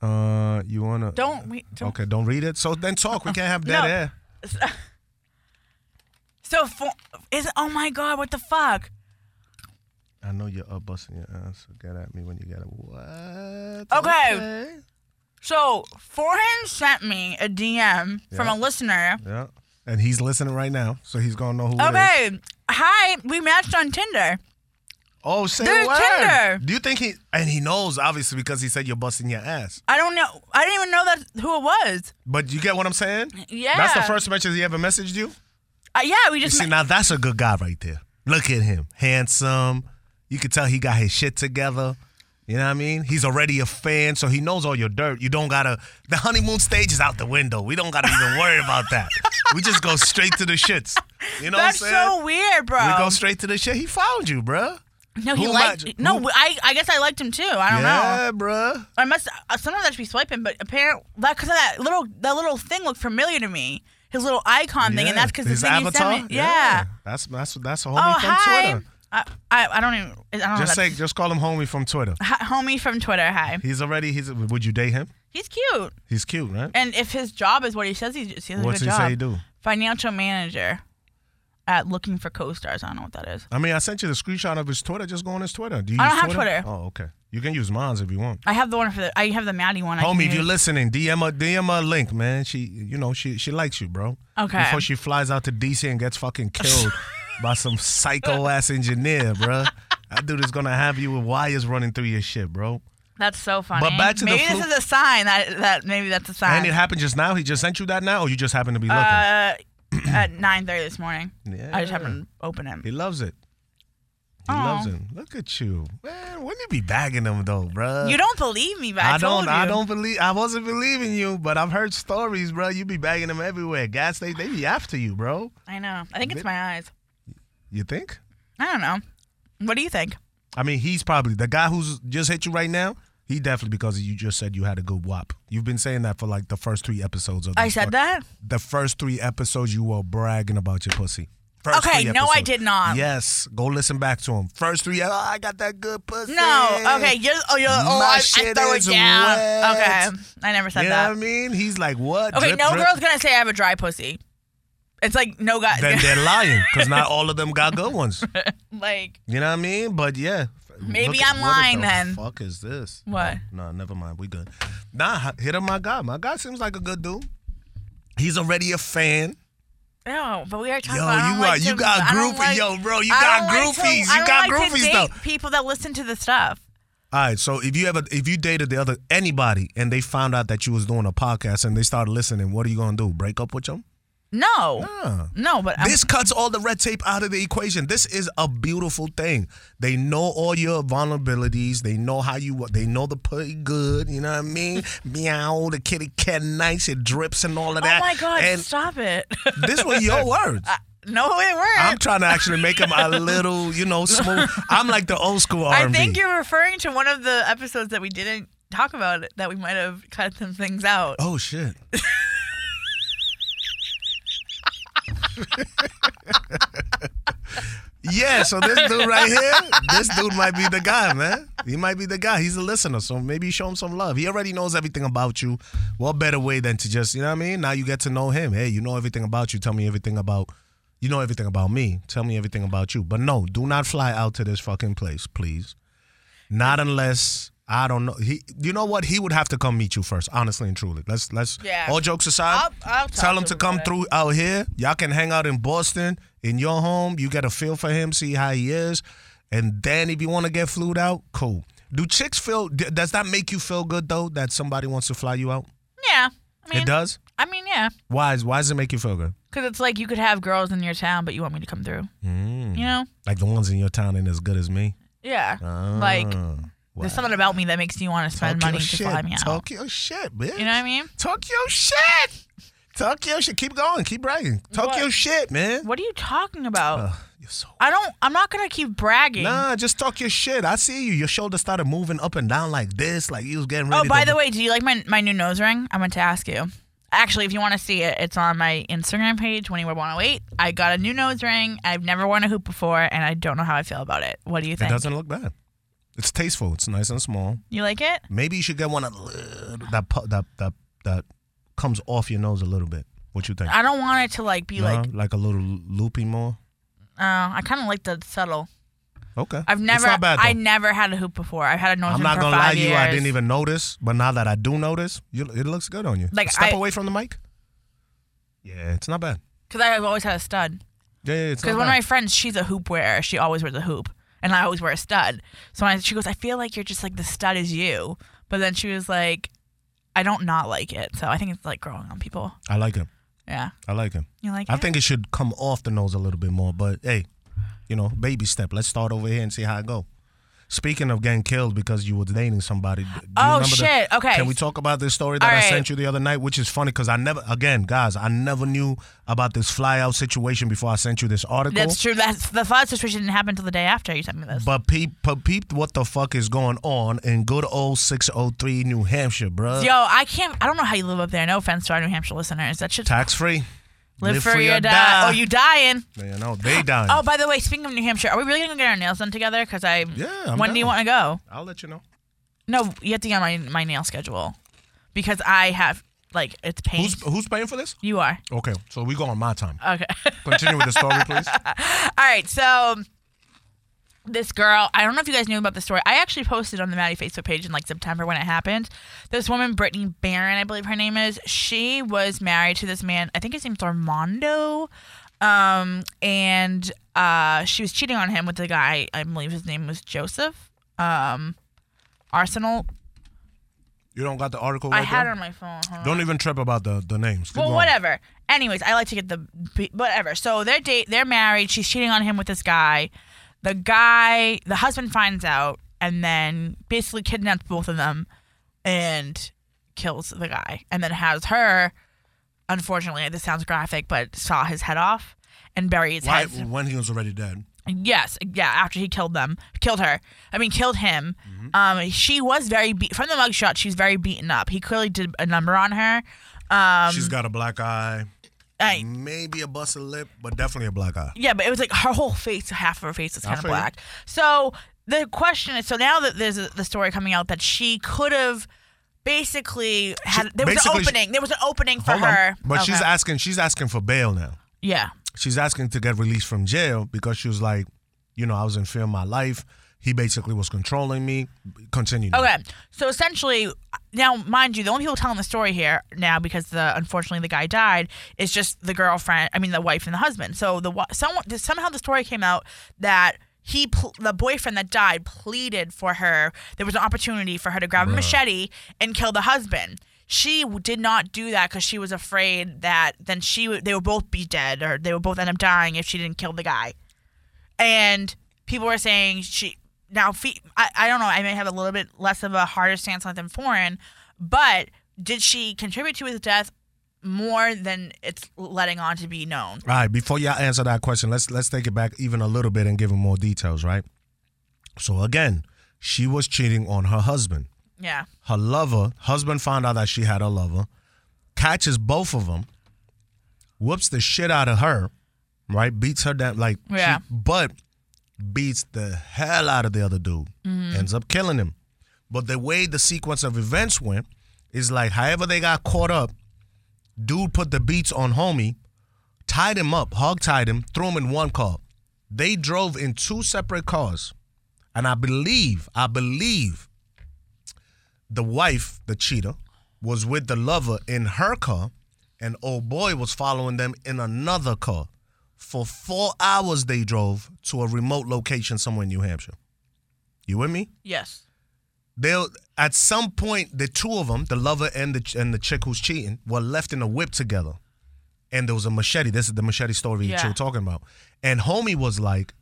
Speaker 3: Uh, you wanna
Speaker 4: don't. We, don't
Speaker 3: Okay, don't read it. So then talk. We can't have dead
Speaker 4: [laughs] No.
Speaker 3: air.
Speaker 4: So for, is oh my god, what the fuck?
Speaker 3: I know you're up busting your ass, so get at me when you get it. What?
Speaker 4: Okay. So Forehand sent me a DM from a listener.
Speaker 3: Yeah. And he's listening right now, so he's gonna know who it is.
Speaker 4: Okay, hi, we matched on Tinder.
Speaker 3: Oh, say
Speaker 4: Dude,
Speaker 3: what?
Speaker 4: Tinder.
Speaker 3: Do you think he? And he knows obviously because he said you're busting your ass.
Speaker 4: I don't know. I didn't even know that who it was.
Speaker 3: But you get what I'm saying?
Speaker 4: Yeah.
Speaker 3: That's the first message he ever messaged you.
Speaker 4: Uh, yeah, we
Speaker 3: You
Speaker 4: just
Speaker 3: see,
Speaker 4: met-
Speaker 3: now that's a good guy right there. Look at him, handsome. You can tell he got his shit together. You know what I mean? He's already a fan, so he knows all your dirt. You don't gotta. The honeymoon stage is out the window. We don't gotta even worry about that. We just go straight to the shits. You know
Speaker 4: that's
Speaker 3: what I'm saying?
Speaker 4: so weird, bro.
Speaker 3: We go straight to the shit. He found you, bruh.
Speaker 4: no, he
Speaker 3: who
Speaker 4: liked.
Speaker 3: matched-
Speaker 4: no,
Speaker 3: who-
Speaker 4: I I guess I liked him too. I don't know.
Speaker 3: Yeah, bruh.
Speaker 4: I must. Uh, sometimes I should be swiping, but apparently, that because that little that little thing looked familiar to me. His little icon thing, and that's because the
Speaker 3: His
Speaker 4: thing
Speaker 3: avatar.
Speaker 4: he sent me. yeah.
Speaker 3: that's that's that's a homie
Speaker 4: Oh,
Speaker 3: from
Speaker 4: hi. Oh,
Speaker 3: Twitter.
Speaker 4: I, I I don't even. I don't
Speaker 3: Just
Speaker 4: know.
Speaker 3: say, just call him homie from Twitter.
Speaker 4: hi, homie from Twitter. Hi.
Speaker 3: He's already. He's. Would you date him?
Speaker 4: He's cute.
Speaker 3: He's cute, right?
Speaker 4: And if his job is what he says, he, he has a
Speaker 3: What's
Speaker 4: good
Speaker 3: he
Speaker 4: job.
Speaker 3: say he do?
Speaker 4: Financial manager at Looking for Co-Stars. I don't know what that is.
Speaker 3: I mean, I sent you the screenshot of his Twitter. Just go on his Twitter. Do you
Speaker 4: I
Speaker 3: use
Speaker 4: don't have
Speaker 3: Twitter?
Speaker 4: Twitter.
Speaker 3: Oh, okay. You can use mine's if you want.
Speaker 4: I have the one for the. I have the Maddie one. I can
Speaker 3: Homie, if you're
Speaker 4: use.
Speaker 3: listening, DM a DM a link, man. She, you know, she she likes you, bro.
Speaker 4: Okay. [laughs]
Speaker 3: Before she flies out to DC and gets fucking killed by some psycho ass engineer, bruh. That dude is gonna have you with wires running through your shit, bro.
Speaker 4: That's so funny.
Speaker 3: But back to the
Speaker 4: maybe this
Speaker 3: flu-
Speaker 4: is a sign that that maybe that's a
Speaker 3: And
Speaker 4: sign.
Speaker 3: it happened just now. He just sent you that now, or you just happen to be looking.
Speaker 4: uh, at [clears throat] nine thirty this morning. I just
Speaker 3: Yeah.
Speaker 4: happened to open it.
Speaker 3: he loves it. He
Speaker 4: Aw.
Speaker 3: loves it. Look at you, man. When you be bagging them though, bruh?
Speaker 4: You don't believe me, but I,
Speaker 3: I
Speaker 4: told
Speaker 3: don't.
Speaker 4: you.
Speaker 3: I don't believe. I wasn't believing you, but I've heard stories, bro. You be bagging them everywhere. Gas station, they be after you, bro.
Speaker 4: I know. I think it's my eyes.
Speaker 3: You think?
Speaker 4: I don't know. What do you think?
Speaker 3: I mean, he's probably the guy who's just hit you right now. He definitely because you just said you had a good wop. You've been saying that for like the first three episodes of.
Speaker 4: I
Speaker 3: this
Speaker 4: said
Speaker 3: pod-
Speaker 4: that?
Speaker 3: The first three episodes, you were bragging about your pussy. First
Speaker 4: Okay,
Speaker 3: three
Speaker 4: no, I
Speaker 3: episodes.
Speaker 4: did not.
Speaker 3: Yes, go listen back to him. First three, oh, I got that good pussy.
Speaker 4: No. Okay. You're. Oh, you're. Oh,
Speaker 3: My
Speaker 4: I, I
Speaker 3: shit
Speaker 4: throw
Speaker 3: is
Speaker 4: it down.
Speaker 3: wet.
Speaker 4: Okay. I never said
Speaker 3: You know
Speaker 4: that.
Speaker 3: what I mean? He's like, what?
Speaker 4: Okay.
Speaker 3: Drip,
Speaker 4: no
Speaker 3: drip.
Speaker 4: girl's gonna say I have a dry pussy. It's like no guy. [laughs]
Speaker 3: Then they're lying because not all of them got good ones.
Speaker 4: like
Speaker 3: You know what I mean? But yeah.
Speaker 4: Maybe
Speaker 3: at-
Speaker 4: I'm lying
Speaker 3: What the
Speaker 4: then.
Speaker 3: fuck is this?
Speaker 4: What?
Speaker 3: No, no, never mind. We good. Nah, hit up my guy. My guy seems like a good dude. He's already a fan.
Speaker 4: no, but we are talking
Speaker 3: Yo,
Speaker 4: about. I don't
Speaker 3: you
Speaker 4: like
Speaker 3: are- you
Speaker 4: to-
Speaker 3: got
Speaker 4: I don't
Speaker 3: groupie-
Speaker 4: like-
Speaker 3: yo, bro, you
Speaker 4: I
Speaker 3: got
Speaker 4: don't like to-
Speaker 3: groupies. You
Speaker 4: I don't
Speaker 3: got
Speaker 4: like to
Speaker 3: groupies,
Speaker 4: date
Speaker 3: though.
Speaker 4: People that listen to the stuff.
Speaker 3: All right, so if you ever if you dated the other anybody and they found out that you was doing a podcast and they started listening, what are you gonna do? Break up with them?
Speaker 4: No. No, but I'm,
Speaker 3: This cuts all the red tape out of the equation. This is a beautiful thing. They know all your vulnerabilities. They know how you. They know the putty good. You know what I
Speaker 4: [laughs]
Speaker 3: mean? Meow. The kitty cat nice. It drips and all of
Speaker 4: oh
Speaker 3: that.
Speaker 4: my god,
Speaker 3: And
Speaker 4: stop it. [laughs]
Speaker 3: this was your words.
Speaker 4: no, it weren't.
Speaker 3: I'm trying to actually make them a little, you know, smooth. I'm like the old school R&B.
Speaker 4: I think you're referring to one of the episodes that we didn't talk about that we might have cut some things out.
Speaker 3: Oh shit. yeah, so this dude right here, this dude might be the guy, man. He might be the guy. He's a listener, so maybe show him some love. He already knows everything about you. What better way than to just, you know what I mean? Now you get to know him. Hey, you know everything about you. Tell me everything about you know everything about me. Tell me everything about you. But no, do not fly out to this fucking place, please. Not unless I don't know. He, you know what? He would have to come meet you first, honestly and truly. Let's let's.
Speaker 4: Yeah.
Speaker 3: All jokes aside,
Speaker 4: I'll- I'll talk
Speaker 3: tell him
Speaker 4: to
Speaker 3: to
Speaker 4: him
Speaker 3: come
Speaker 4: about it.
Speaker 3: through out here. Y'all can hang out in Boston in your home. You get a feel for him, see how he is, and then if you want to get flued out, cool. Do chicks feel? d- Does that make you feel good though? That somebody wants to fly you out?
Speaker 4: Yeah. I mean,
Speaker 3: it does.
Speaker 4: I mean, yeah.
Speaker 3: Why? is- Why does it make you feel good?
Speaker 4: Because it's like you could have girls in your town, but you want me to come through.
Speaker 3: Mm.
Speaker 4: You know?
Speaker 3: Like the ones in your town ain't as good as me.
Speaker 4: Yeah. like,
Speaker 3: Ah, Wow.
Speaker 4: there's something about me that makes you want to spend
Speaker 3: Talk
Speaker 4: money
Speaker 3: your
Speaker 4: to
Speaker 3: shit.
Speaker 4: fly me out.
Speaker 3: Talk your shit, bitch.
Speaker 4: You know what I mean?
Speaker 3: Talk your shit. Talk your shit. Keep going. Keep bragging. Talk
Speaker 4: What?
Speaker 3: your shit, man.
Speaker 4: What are you talking about?
Speaker 3: Ugh, you're so.
Speaker 4: I don't, I'm not going to keep bragging.
Speaker 3: Uh. Nah, just talk your shit. I see you. Your shoulder started moving up and down like this, like you was getting ready.
Speaker 4: oh, by
Speaker 3: to-
Speaker 4: the way, do you like my, my new nose ring? I meant to ask you. Actually, if you want to see it, it's on my Instagram page, 21108. I got a new nose ring. I've never worn a hoop before, and I don't know how I feel about it. What do you
Speaker 3: it
Speaker 4: think?
Speaker 3: doesn't look bad. It's tasteful. It's nice and small.
Speaker 4: You like it?
Speaker 3: Maybe you should get one of the- that pu- that that that comes off your nose a little bit. What you think?
Speaker 4: I don't want it to like be
Speaker 3: Nah,
Speaker 4: like,
Speaker 3: a little loopy more.
Speaker 4: oh, I kind of like the subtle.
Speaker 3: Okay,
Speaker 4: I've never,
Speaker 3: It's not bad,
Speaker 4: I
Speaker 3: though.
Speaker 4: never had a hoop before. I've had a nose
Speaker 3: I'm
Speaker 4: ring
Speaker 3: not
Speaker 4: for
Speaker 3: gonna lie
Speaker 4: five
Speaker 3: to you.
Speaker 4: years.
Speaker 3: I didn't even notice, but now that I do notice, you, it looks good on you.
Speaker 4: Like,
Speaker 3: step
Speaker 4: I-
Speaker 3: away from the mic. Yeah, it's not bad.
Speaker 4: because I've always had a stud.
Speaker 3: Yeah, yeah it's not
Speaker 4: Because
Speaker 3: bad.
Speaker 4: one of my friends, she's a hoop wearer. She always wears a hoop, and I always wear a stud. So I, she goes, I feel like you're just like the stud is you. But then she was like, I don't not like it. So I think it's like growing on people.
Speaker 3: I like it.
Speaker 4: Yeah,
Speaker 3: I like it.
Speaker 4: you like
Speaker 3: I
Speaker 4: it?
Speaker 3: think it should come off the nose a little bit more, but hey, you know, baby step. Let's start over here and see how it go. Speaking of getting killed because you were dating somebody. d- do you
Speaker 4: Oh,
Speaker 3: remember that-
Speaker 4: shit. Okay.
Speaker 3: Can we talk about this story that
Speaker 4: All
Speaker 3: I
Speaker 4: right.
Speaker 3: sent you the other night, which is funny because I never, again, guys, I never knew about this fly out situation before I sent you this article.
Speaker 4: That's true. That's the thought situation didn't happen until the day after you sent me this.
Speaker 3: But peep, but peep, what the fuck is going on in good old 603 New Hampshire, bruh?
Speaker 4: Yo, I can't. I don't know how you live up there. No offense to our New Hampshire listeners. That shit's
Speaker 3: Tax free.
Speaker 4: live, free or die. Oh, you dying?
Speaker 3: You know, they dying.
Speaker 4: Oh, by the way, speaking of New Hampshire, are we really gonna get our nails done together? Because I.
Speaker 3: Yeah, I'm
Speaker 4: when do you
Speaker 3: down.
Speaker 4: want to go?
Speaker 3: I'll let you know.
Speaker 4: No, you have to get on my my nail schedule, because I have like it's pain.
Speaker 3: Who's who's paying for this?
Speaker 4: you are
Speaker 3: Okay, so we go on my time.
Speaker 4: okay.
Speaker 3: [laughs] Continue with the story, please.
Speaker 4: All right, so this girl, I don't know if you guys knew about the story. I actually posted on the Maddie Facebook page in like September when it happened. This woman, Brittany Barron, I believe her name is, she was married to this man. I think his name's Armando. Um, and uh, she was cheating on him with the guy. I believe his name was Joseph. Um, Arsenal.
Speaker 3: You don't got the article.
Speaker 4: I
Speaker 3: right
Speaker 4: had it
Speaker 3: there?
Speaker 4: on my phone. Hold on.
Speaker 3: Don't even trip about the the names. Keep
Speaker 4: Well,
Speaker 3: going.
Speaker 4: whatever. Anyways, I like to get the whatever. So they're date, they're married. She's cheating on him with this guy. The guy, the husband finds out, and then basically kidnaps both of them, and kills the guy, and then has her. Unfortunately, this sounds graphic, but saw his head off and buried his
Speaker 3: Why,
Speaker 4: head.
Speaker 3: when he was already dead.
Speaker 4: Yes, yeah. After he killed them, killed her. I mean, killed him. Um, she was very beat from the mugshot. She's very beaten up. He clearly did a number on her. Um,
Speaker 3: She's got a black eye,
Speaker 4: I-
Speaker 3: maybe a busted lip, but definitely a black eye.
Speaker 4: Yeah, but it was like her whole face, half of her face is kind of
Speaker 3: feel you.
Speaker 4: black. So the question is, so now that there's a, the story coming out that she could have basically had there was
Speaker 3: basically
Speaker 4: an
Speaker 3: she-
Speaker 4: opening. there was an opening for
Speaker 3: Hold on.
Speaker 4: her.
Speaker 3: But she's
Speaker 4: Okay.
Speaker 3: asking. She's asking for bail now.
Speaker 4: yeah,
Speaker 3: She's asking to get released from jail because she was like, you know, I was in fear of my life. He basically was controlling me. Continue. now.
Speaker 4: Okay. So essentially, now mind you, the only people telling the story here now, because the unfortunately the guy died, is just the girlfriend. I mean, the wife and the husband. So the wa- someone somehow the story came out that. He, pl- the boyfriend that died, pleaded for her. There was an opportunity for her to grab a machete and kill the husband. She w- did not do that because she was afraid that then she would they would both be dead or they would both end up dying if she didn't kill the guy and people were saying she now fe- I, I don't know i may have a little bit less of a harder stance on it than foreign but did she contribute to his death more than it's letting on to be known
Speaker 3: All right, before y'all answer that question, let's let's take it back even a little bit and give him more details, right? So again, she was cheating on her husband.
Speaker 4: yeah
Speaker 3: Her lover, husband found out that she had a lover, catches both of them, whoops the shit out of her, right? Beats her down like she-
Speaker 4: Yeah.
Speaker 3: but beats the hell out of the other dude. Ends up killing him. But the way the sequence of events went is like however they got caught up, dude put the beats on homie, tied him up, hog tied him, threw him in one car. They drove in two separate cars. And I believe, I believe the wife, the cheater, was with the lover in her car, and old boy was following them in another car. For four hours, they drove to a remote location somewhere in New Hampshire. You with me?
Speaker 4: yes
Speaker 3: They'll at some point the two of them, the lover and the and the chick who's cheating, were left in a whip together, and there was a machete. This is the machete story that you
Speaker 4: Yeah.
Speaker 3: were talking about. And homie was like,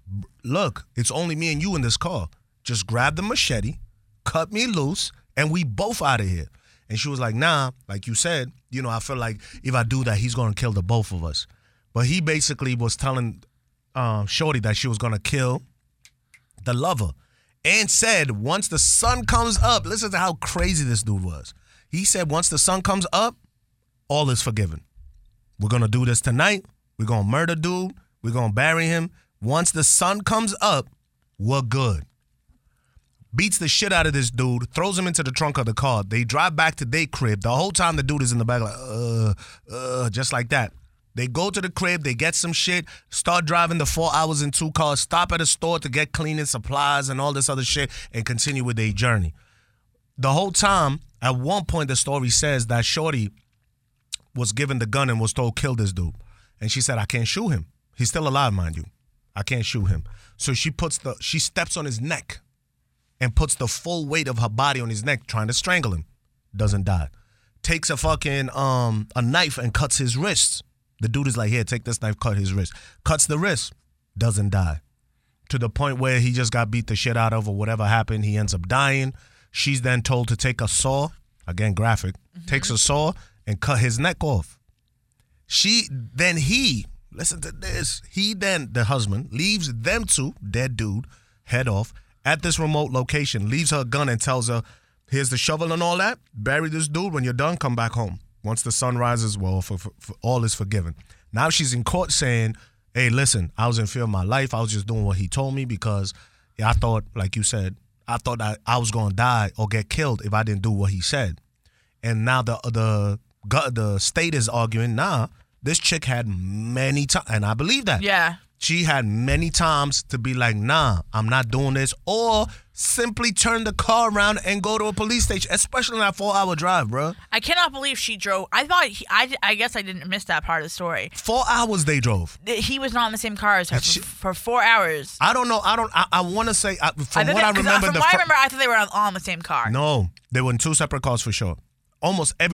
Speaker 3: "Look, it's only me and you in this car. Just grab the machete, cut me loose, and we both out of here." And she was like, "Nah, like you said, you know, I feel like if I do that, he's gonna kill the both of us." But he basically was telling um, Shorty that she was gonna kill the lover, and said once the sun comes up, listen to how crazy this dude was. He said once the sun comes up, all is forgiven. We're gonna do this tonight. We're gonna murder dude. We're gonna bury him. Once the sun comes up, we're good. Beats the shit out of this dude, throws him into the trunk of the car. They drive back to their crib. The whole time the dude is in the back, like, uh, uh, just like that. They go to the crib, they get some shit, start driving the four hours in two cars, stop at a store to get cleaning supplies and all this other shit, and continue with their journey. The whole time, at one point, the story says that Shorty was given the gun and was told kill this dude and she said i can't shoot him he's still alive mind you i can't shoot him so she puts the she steps on his neck and puts the full weight of her body on his neck trying to strangle him doesn't die takes a fucking um a knife and cuts his wrists the dude is like here take this knife cut his wrist cuts the wrist doesn't die to the point where he just got beat the shit out of or whatever happened. He ends up dying. She's then told to take a saw, again graphic, takes a saw and cut his neck off. She then he, listen to this, he then the husband leaves them two, dead dude, head off at this remote location, leaves her a gun and tells her, here's the shovel and all that. Bury this dude. When you're done, come back home. Once the sun rises, well, for, for, for all is forgiven. Now she's in court saying, hey, listen, I was in fear of my life. I was just doing what he told me because I thought, like you said, I thought I, I was going to die or get killed if I didn't do what he said and now the the go- the state is arguing, nah, this chick had many times, and I believe that.
Speaker 4: yeah
Speaker 3: She had many times to be like, nah, I'm not doing this, or simply turn the car around and go to a police station, especially on that four hour drive, bruh.
Speaker 4: I cannot believe she drove. I thought he, I, I guess I didn't miss that part of the story.
Speaker 3: Four hours they drove.
Speaker 4: That He was not in the same car as her
Speaker 3: She-
Speaker 4: for, for four hours.
Speaker 3: I don't know. I don't. I, I want to say I, from
Speaker 4: thought
Speaker 3: what
Speaker 4: they-
Speaker 3: I
Speaker 4: 'cause uh,
Speaker 3: remember.
Speaker 4: From
Speaker 3: the
Speaker 4: what
Speaker 3: fir-
Speaker 4: I remember, I thought they were all on the same car.
Speaker 3: No, they were in two separate cars for sure. Almost every.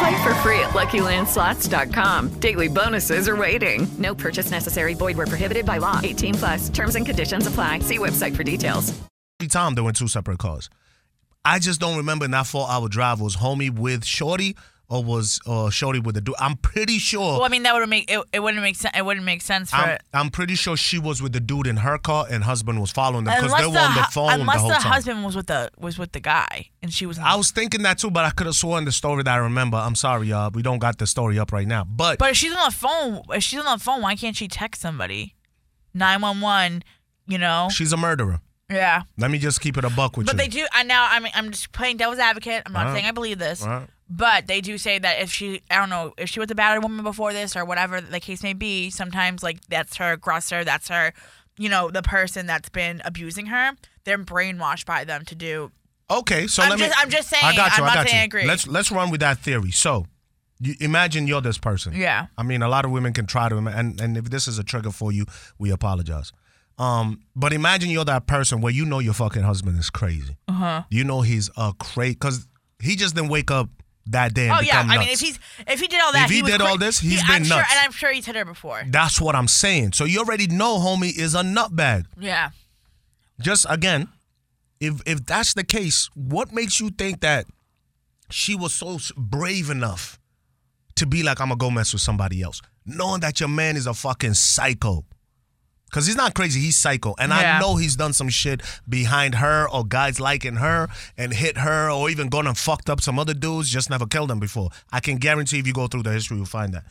Speaker 5: Play for free at LuckyLandSlots.com. Daily bonuses are waiting. No purchase necessary. Void were prohibited by law. 18 plus. Terms and conditions apply. See website for details.
Speaker 3: every time they went two separate cars. I just don't remember in that four hour drive was homie with Shorty or was uh, Shorty with the dude. I'm pretty sure.
Speaker 4: Well, I mean that would make it, it wouldn't make sense. It wouldn't make sense for
Speaker 3: I'm, I'm pretty sure she was with the dude in her car and husband was following them because
Speaker 4: unless
Speaker 3: they were on the
Speaker 4: hu-
Speaker 3: phone the
Speaker 4: unless
Speaker 3: whole
Speaker 4: the
Speaker 3: time.
Speaker 4: husband was with the was with the guy and she was.
Speaker 3: I was thinking that too, but I could have sworn the story that I remember. I'm sorry, y'all. We don't got the story up right now. But
Speaker 4: But if she's on the phone, if she's on the phone, why can't she text somebody? Nine one one, you know.
Speaker 3: she's a murderer.
Speaker 4: yeah.
Speaker 3: Let me just keep it a buck with
Speaker 4: But
Speaker 3: you.
Speaker 4: they do. I now. I mean, I'm just playing devil's advocate. I'm not
Speaker 3: Alright.
Speaker 4: saying I believe this,
Speaker 3: Alright.
Speaker 4: but they do say that if she, I don't know, if she was a battered woman before this or whatever the case may be, sometimes like that's her aggressor, that's her, you know, the person that's been abusing her. They're brainwashed by them to do.
Speaker 3: Okay, so
Speaker 4: I'm
Speaker 3: let
Speaker 4: just-
Speaker 3: me.
Speaker 4: I'm just saying,
Speaker 3: I got you.
Speaker 4: I'm
Speaker 3: I
Speaker 4: not
Speaker 3: got
Speaker 4: saying
Speaker 3: you.
Speaker 4: I agree.
Speaker 3: Let's let's run with that theory. So, you imagine you're this person.
Speaker 4: Yeah.
Speaker 3: I mean, a lot of women can try to, ima- and and if this is a trigger for you, we apologize. Um, but imagine you're that person where you know your fucking husband is crazy.
Speaker 4: Uh huh.
Speaker 3: You know he's a crazy because he just didn't wake up that day. And
Speaker 4: Oh yeah.
Speaker 3: become
Speaker 4: I mean, if
Speaker 3: nuts.
Speaker 4: he's if he did all that,
Speaker 3: If he
Speaker 4: was
Speaker 3: did
Speaker 4: cra-
Speaker 3: all this,
Speaker 4: he-
Speaker 3: he's
Speaker 4: I'm
Speaker 3: been
Speaker 4: sure,
Speaker 3: nuts.
Speaker 4: and I'm sure he's hit her before.
Speaker 3: that's what I'm saying. So you already know, homie, is a nutbag.
Speaker 4: Yeah.
Speaker 3: just again, if if that's the case, what makes you think that she was so s- brave enough to be like, "I'm gonna go mess with somebody else," knowing that your man is a fucking psycho? Cause he's not crazy, he's psycho, and I
Speaker 6: Yeah.
Speaker 3: know he's done some shit behind her or guys liking her and hit her or even gone and fucked up some other dudes, just never killed them before. I can guarantee if you go through the history, you'll find that.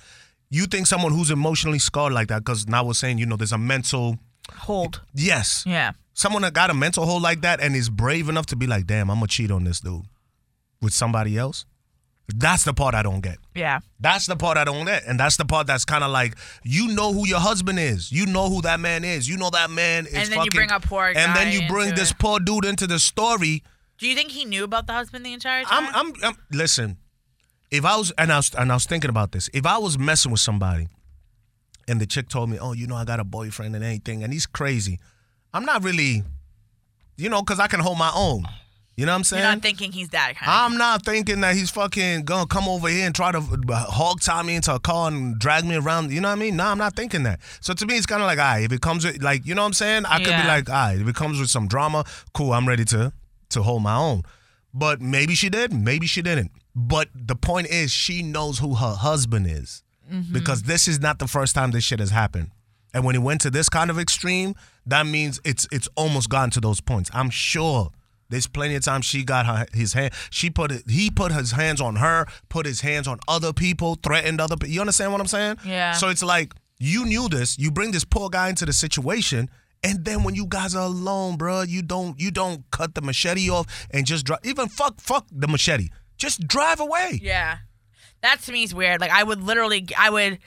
Speaker 3: You think someone who's emotionally scarred like that? Because now we're saying, you know, there's a mental
Speaker 4: hold.
Speaker 3: Yes.
Speaker 4: Yeah.
Speaker 3: Someone that got a mental hold like that and is brave enough to be like, damn, I'm gonna cheat on this dude with somebody else. That's the part I don't get.
Speaker 4: Yeah.
Speaker 3: That's the part I don't get. And that's the part that's kind of like, you know who your husband is. You know who that man is. You know that man is
Speaker 4: And then you
Speaker 3: fucking-
Speaker 4: bring a poor
Speaker 3: And
Speaker 4: guy
Speaker 3: then you bring
Speaker 4: into
Speaker 3: this
Speaker 4: it.
Speaker 3: poor dude into the story.
Speaker 4: Do you think he knew about the husband the entire time?
Speaker 3: I'm, I'm, I'm, listen, if I was, and I was, and I was thinking about this, if I was messing with somebody and the chick told me, oh, you know, I got a boyfriend and anything, and he's crazy, I'm not really, you know, because I can hold my own. You know what I'm saying?
Speaker 4: You're not thinking he's that kind.
Speaker 3: I'm not thinking that he's fucking gonna come over here and try to uh, hog tie me into a car and drag me around. You know what I mean? No, I'm not thinking that. So to me, it's kind of like, all right, if it comes with, like, you know what I'm saying? I could be
Speaker 6: Yeah.
Speaker 3: like, all right, if it comes with some drama, cool, I'm ready to to hold my own. But maybe she did, maybe she didn't. But the point is, she knows who her husband is
Speaker 6: Mhm.
Speaker 3: because this is not the first time this shit has happened. And when it went to this kind of extreme, that means it's it's almost gotten to those points. I'm sure there's plenty of times she got her, his hand. She put it, he put his hands on her, put his hands on other people, threatened other people. You understand what I'm saying?
Speaker 6: Yeah.
Speaker 3: So it's like you knew this. You bring this poor guy into the situation, and then when you guys are alone, bruh, you don't you don't cut the machete off and just drive. Even fuck fuck the machete. Just drive away.
Speaker 4: Yeah, that to me is weird. Like I would literally, I would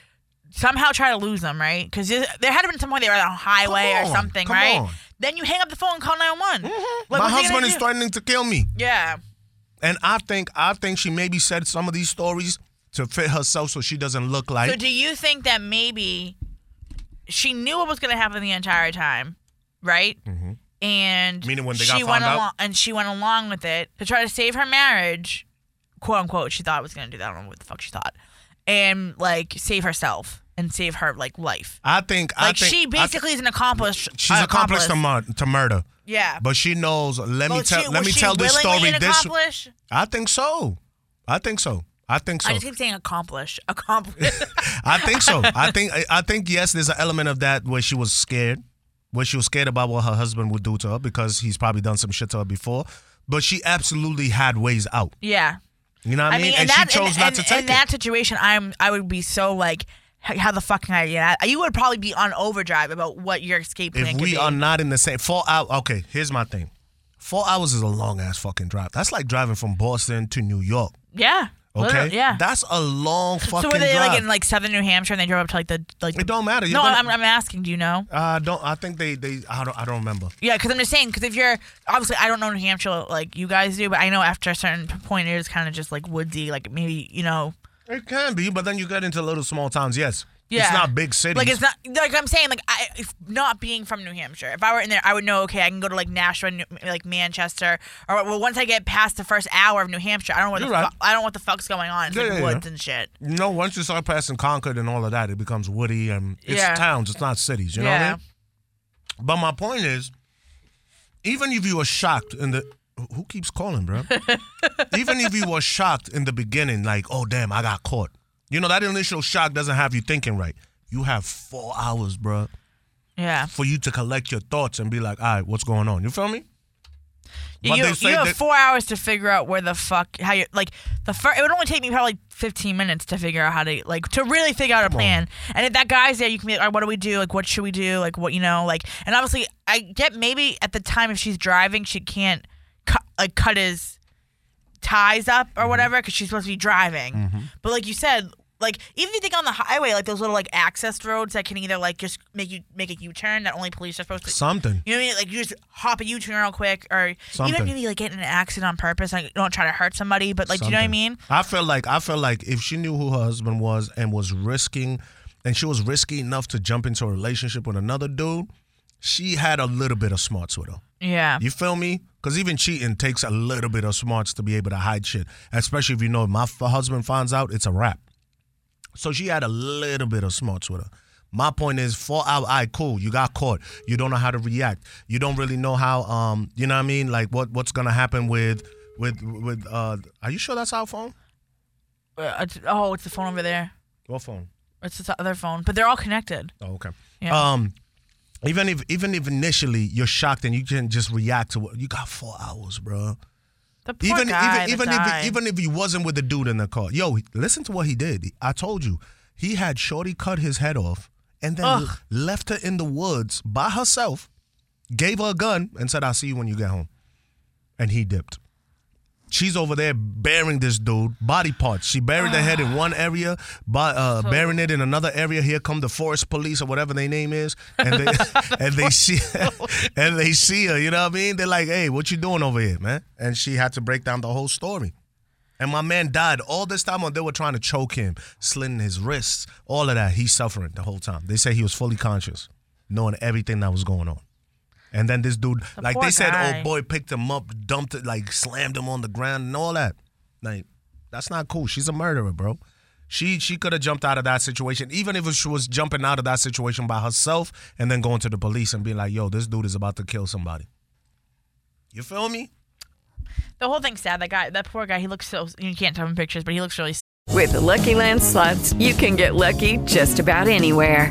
Speaker 4: somehow try to lose them, right? Because there had to been some point they were on a highway
Speaker 3: Come
Speaker 4: or
Speaker 3: on,
Speaker 4: something,
Speaker 3: come
Speaker 4: right?
Speaker 3: on. Mm-hmm.
Speaker 4: Then you hang up the phone and call nine one one.
Speaker 3: My husband is threatening to kill me.
Speaker 4: Yeah,
Speaker 3: And I think I think she maybe said some of these stories to fit herself so she doesn't look like
Speaker 4: so do you think that maybe she knew what was going to happen the entire time, right?
Speaker 3: Mhm.
Speaker 4: And
Speaker 3: Meaning when they
Speaker 4: she
Speaker 3: got
Speaker 4: went
Speaker 3: found out?
Speaker 4: along, and she went along with it to try to save her marriage, quote unquote. She thought it was going to do that. I don't know what the fuck she thought, and like save herself and save her like life.
Speaker 3: I think I
Speaker 4: Like
Speaker 3: think
Speaker 4: she
Speaker 3: I
Speaker 4: basically is an accomplice.
Speaker 3: she's accomplished to, mur- to murder.
Speaker 4: Yeah.
Speaker 3: But she knows let me
Speaker 4: Well,
Speaker 3: tell
Speaker 4: she-
Speaker 3: let
Speaker 4: was
Speaker 3: me
Speaker 4: she
Speaker 3: tell this
Speaker 4: willingly
Speaker 3: story
Speaker 4: an
Speaker 3: this
Speaker 4: accomplice?
Speaker 3: I think so. I think so. I think so.
Speaker 4: I just keep saying accomplish,
Speaker 3: [laughs]
Speaker 4: accomplish.
Speaker 3: I think so.
Speaker 4: [laughs]
Speaker 3: I think I- I think yes, there's an element of that where she was scared, where she was scared about what her husband would do to her because he's probably done some shit to her before. But she absolutely had ways out.
Speaker 4: yeah.
Speaker 3: You know what I mean? and she
Speaker 4: that-
Speaker 3: chose not to take
Speaker 4: in
Speaker 3: it.
Speaker 4: that situation, I'm I would be so like, "H- how the fuck can I get out? You would probably be on overdrive about what your escape plan
Speaker 3: if
Speaker 4: could
Speaker 3: we
Speaker 4: be.
Speaker 3: are not in the same four hours, okay, here's my thing. Four hours is a long ass fucking drive. That's like driving from Boston to New York.
Speaker 4: yeah.
Speaker 3: Okay,
Speaker 4: literally, Yeah.
Speaker 3: that's a long
Speaker 4: so
Speaker 3: fucking
Speaker 4: were they
Speaker 3: drive.
Speaker 4: like in like southern New Hampshire and they drove up to like the like?
Speaker 3: it don't matter.
Speaker 4: no,
Speaker 3: You're gonna-
Speaker 4: I'm, I'm asking. Do you know?
Speaker 3: I don't. I think they. They. I don't. I don't remember.
Speaker 4: Yeah, because I'm just saying. Because if you're obviously, I don't know New Hampshire like you guys do, but I know after a certain point, it is kind of just like woodsy. Like maybe you know,
Speaker 3: It can be, but then you get into little small towns. Yes.
Speaker 4: Yeah.
Speaker 3: It's not big cities.
Speaker 4: Like it's not like I'm saying like I if not being from New Hampshire. If I were in there, I would know. Okay, I can go to like Nashua, New, like Manchester, or well, once I get past the first hour of New Hampshire, I don't know what
Speaker 3: You're
Speaker 4: the
Speaker 3: right.
Speaker 4: fu- I don't know what the fuck's going on. It's
Speaker 3: Yeah,
Speaker 4: like
Speaker 3: yeah, yeah.
Speaker 4: woods and shit.
Speaker 3: No, once you start passing Concord and all of that, it becomes woody and it's
Speaker 4: Yeah.
Speaker 3: towns. It's not cities. You know
Speaker 4: Yeah.
Speaker 3: what I mean? But my point is, even if you were shocked in the who keeps calling,
Speaker 4: [laughs]
Speaker 3: bro? even if you were shocked in the beginning, like, oh damn, I got caught. You know that initial shock doesn't have you thinking right. You have four hours, bro,
Speaker 4: Yeah,
Speaker 3: for you to collect your thoughts and be like, all right, what's going on? You feel me? But
Speaker 4: you,
Speaker 3: they say
Speaker 4: you have
Speaker 3: that-
Speaker 4: four hours to figure out where the fuck how you like the first. It would only take me probably 15 minutes to figure out how to like to really figure out a plan. And if that guy's there, you can be like, all right, what do we do? Like, what should we do? Like, what you know? Like, and obviously, I get maybe at the time if she's driving, she can't cut like cut his ties up
Speaker 3: Mm-hmm.
Speaker 4: or whatever because she's supposed to be driving. But like you said, like even if you think on the highway, like those little like access roads that can either like just make you make a U turn that only police are supposed to
Speaker 3: Something.
Speaker 4: You know what I mean? Like you just hop a U turn real quick, or
Speaker 3: Something.
Speaker 4: even if you like get in an accident on purpose, like don't try to hurt somebody, but like do you know what I
Speaker 3: something.
Speaker 4: mean?
Speaker 3: I feel like I feel like if she knew who her husband was and was risking, and she was risky enough to jump into a relationship with another dude, she had a little bit of smarts with her.
Speaker 4: Yeah.
Speaker 3: You feel me? Because even cheating takes a little bit of smarts to be able to hide shit, especially if you know if my f- husband finds out, it's a wrap. So she had a little bit of smarts with her. My point is, four hour, all right, cool. You got caught. You don't know how to react. You don't really know how, um, you know what I mean? Like what what's gonna happen with, with, with. uh Are you sure that's our phone?
Speaker 4: Uh, it's- oh, it's the phone over there.
Speaker 3: What phone?
Speaker 4: It's this other phone, but they're all connected.
Speaker 3: Oh, okay.
Speaker 4: Yeah.
Speaker 3: Um, even if even if initially you're shocked and you can just react to what you got four hours, bro.
Speaker 4: The poor
Speaker 3: even
Speaker 4: guy that
Speaker 3: even even
Speaker 4: died.
Speaker 3: if even if he wasn't with the dude in the car, yo, listen to what he did. I told you, he had Shorty cut his head off and then
Speaker 4: Ugh.
Speaker 3: left her in the woods by herself, gave her a gun and said, "I'll see you when you get home," and he dipped. She's over there burying this dude body parts. She buried the head in one area, but uh, burying it in another area. Here come the forest police or whatever their name is, and they and they see [laughs] and they see her. You know what I mean? They're like, "Hey, what you doing over here, man?" And she had to break down the whole story. And my man died all this time while they were trying to choke him, slitting his wrists, all of that. He's suffering the whole time. They say he was fully conscious, knowing everything that was going on. And then this dude,
Speaker 4: The
Speaker 3: like
Speaker 4: poor
Speaker 3: they said,
Speaker 4: guy.
Speaker 3: old boy picked him up, dumped it, like slammed him on the ground and all that. Like, that's not cool. She's a murderer, bro. She she could have jumped out of that situation, even if she was jumping out of that situation by herself and then going to the police and being like, yo, this dude is about to kill somebody. You feel me?
Speaker 4: The whole thing's sad. That guy, that poor guy, he looks so. You can't tell him pictures, but he looks really. s-
Speaker 5: With the Lucky Land slots, you can get lucky just about anywhere.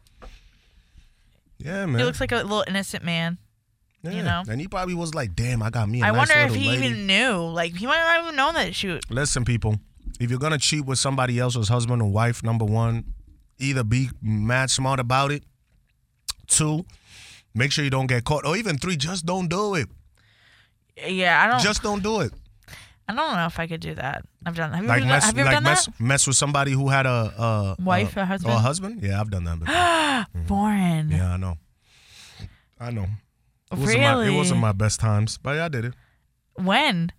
Speaker 3: Yeah, man.
Speaker 4: He looks like a little innocent man.
Speaker 3: yeah.
Speaker 4: you know?
Speaker 3: And he probably was like, damn, I got me a
Speaker 4: I
Speaker 3: nice
Speaker 4: wonder if
Speaker 3: little
Speaker 4: he
Speaker 3: lady.
Speaker 4: even knew. Like he might not even known that she.
Speaker 3: Listen, people, if you're gonna cheat with somebody else's husband or wife, number one, either be mad smart about it. Two, make sure you don't get caught. Or even three, just don't do it.
Speaker 4: Yeah, I don't.
Speaker 3: Just don't do it.
Speaker 4: I don't know if I could do that. I've done. Have you
Speaker 3: Like
Speaker 4: ever,
Speaker 3: mess,
Speaker 4: done, Mm-hmm. have you ever
Speaker 3: like
Speaker 4: done
Speaker 3: mess, mess with somebody who had a, a
Speaker 4: Wife,
Speaker 3: a,
Speaker 4: a husband?
Speaker 3: or a husband. Yeah, I've done that. Before.
Speaker 4: [gasps] that? Boring.
Speaker 3: yeah, I know. I know. It wasn't, my, it
Speaker 4: Really?
Speaker 3: wasn't my best times, but yeah, I did it
Speaker 4: When?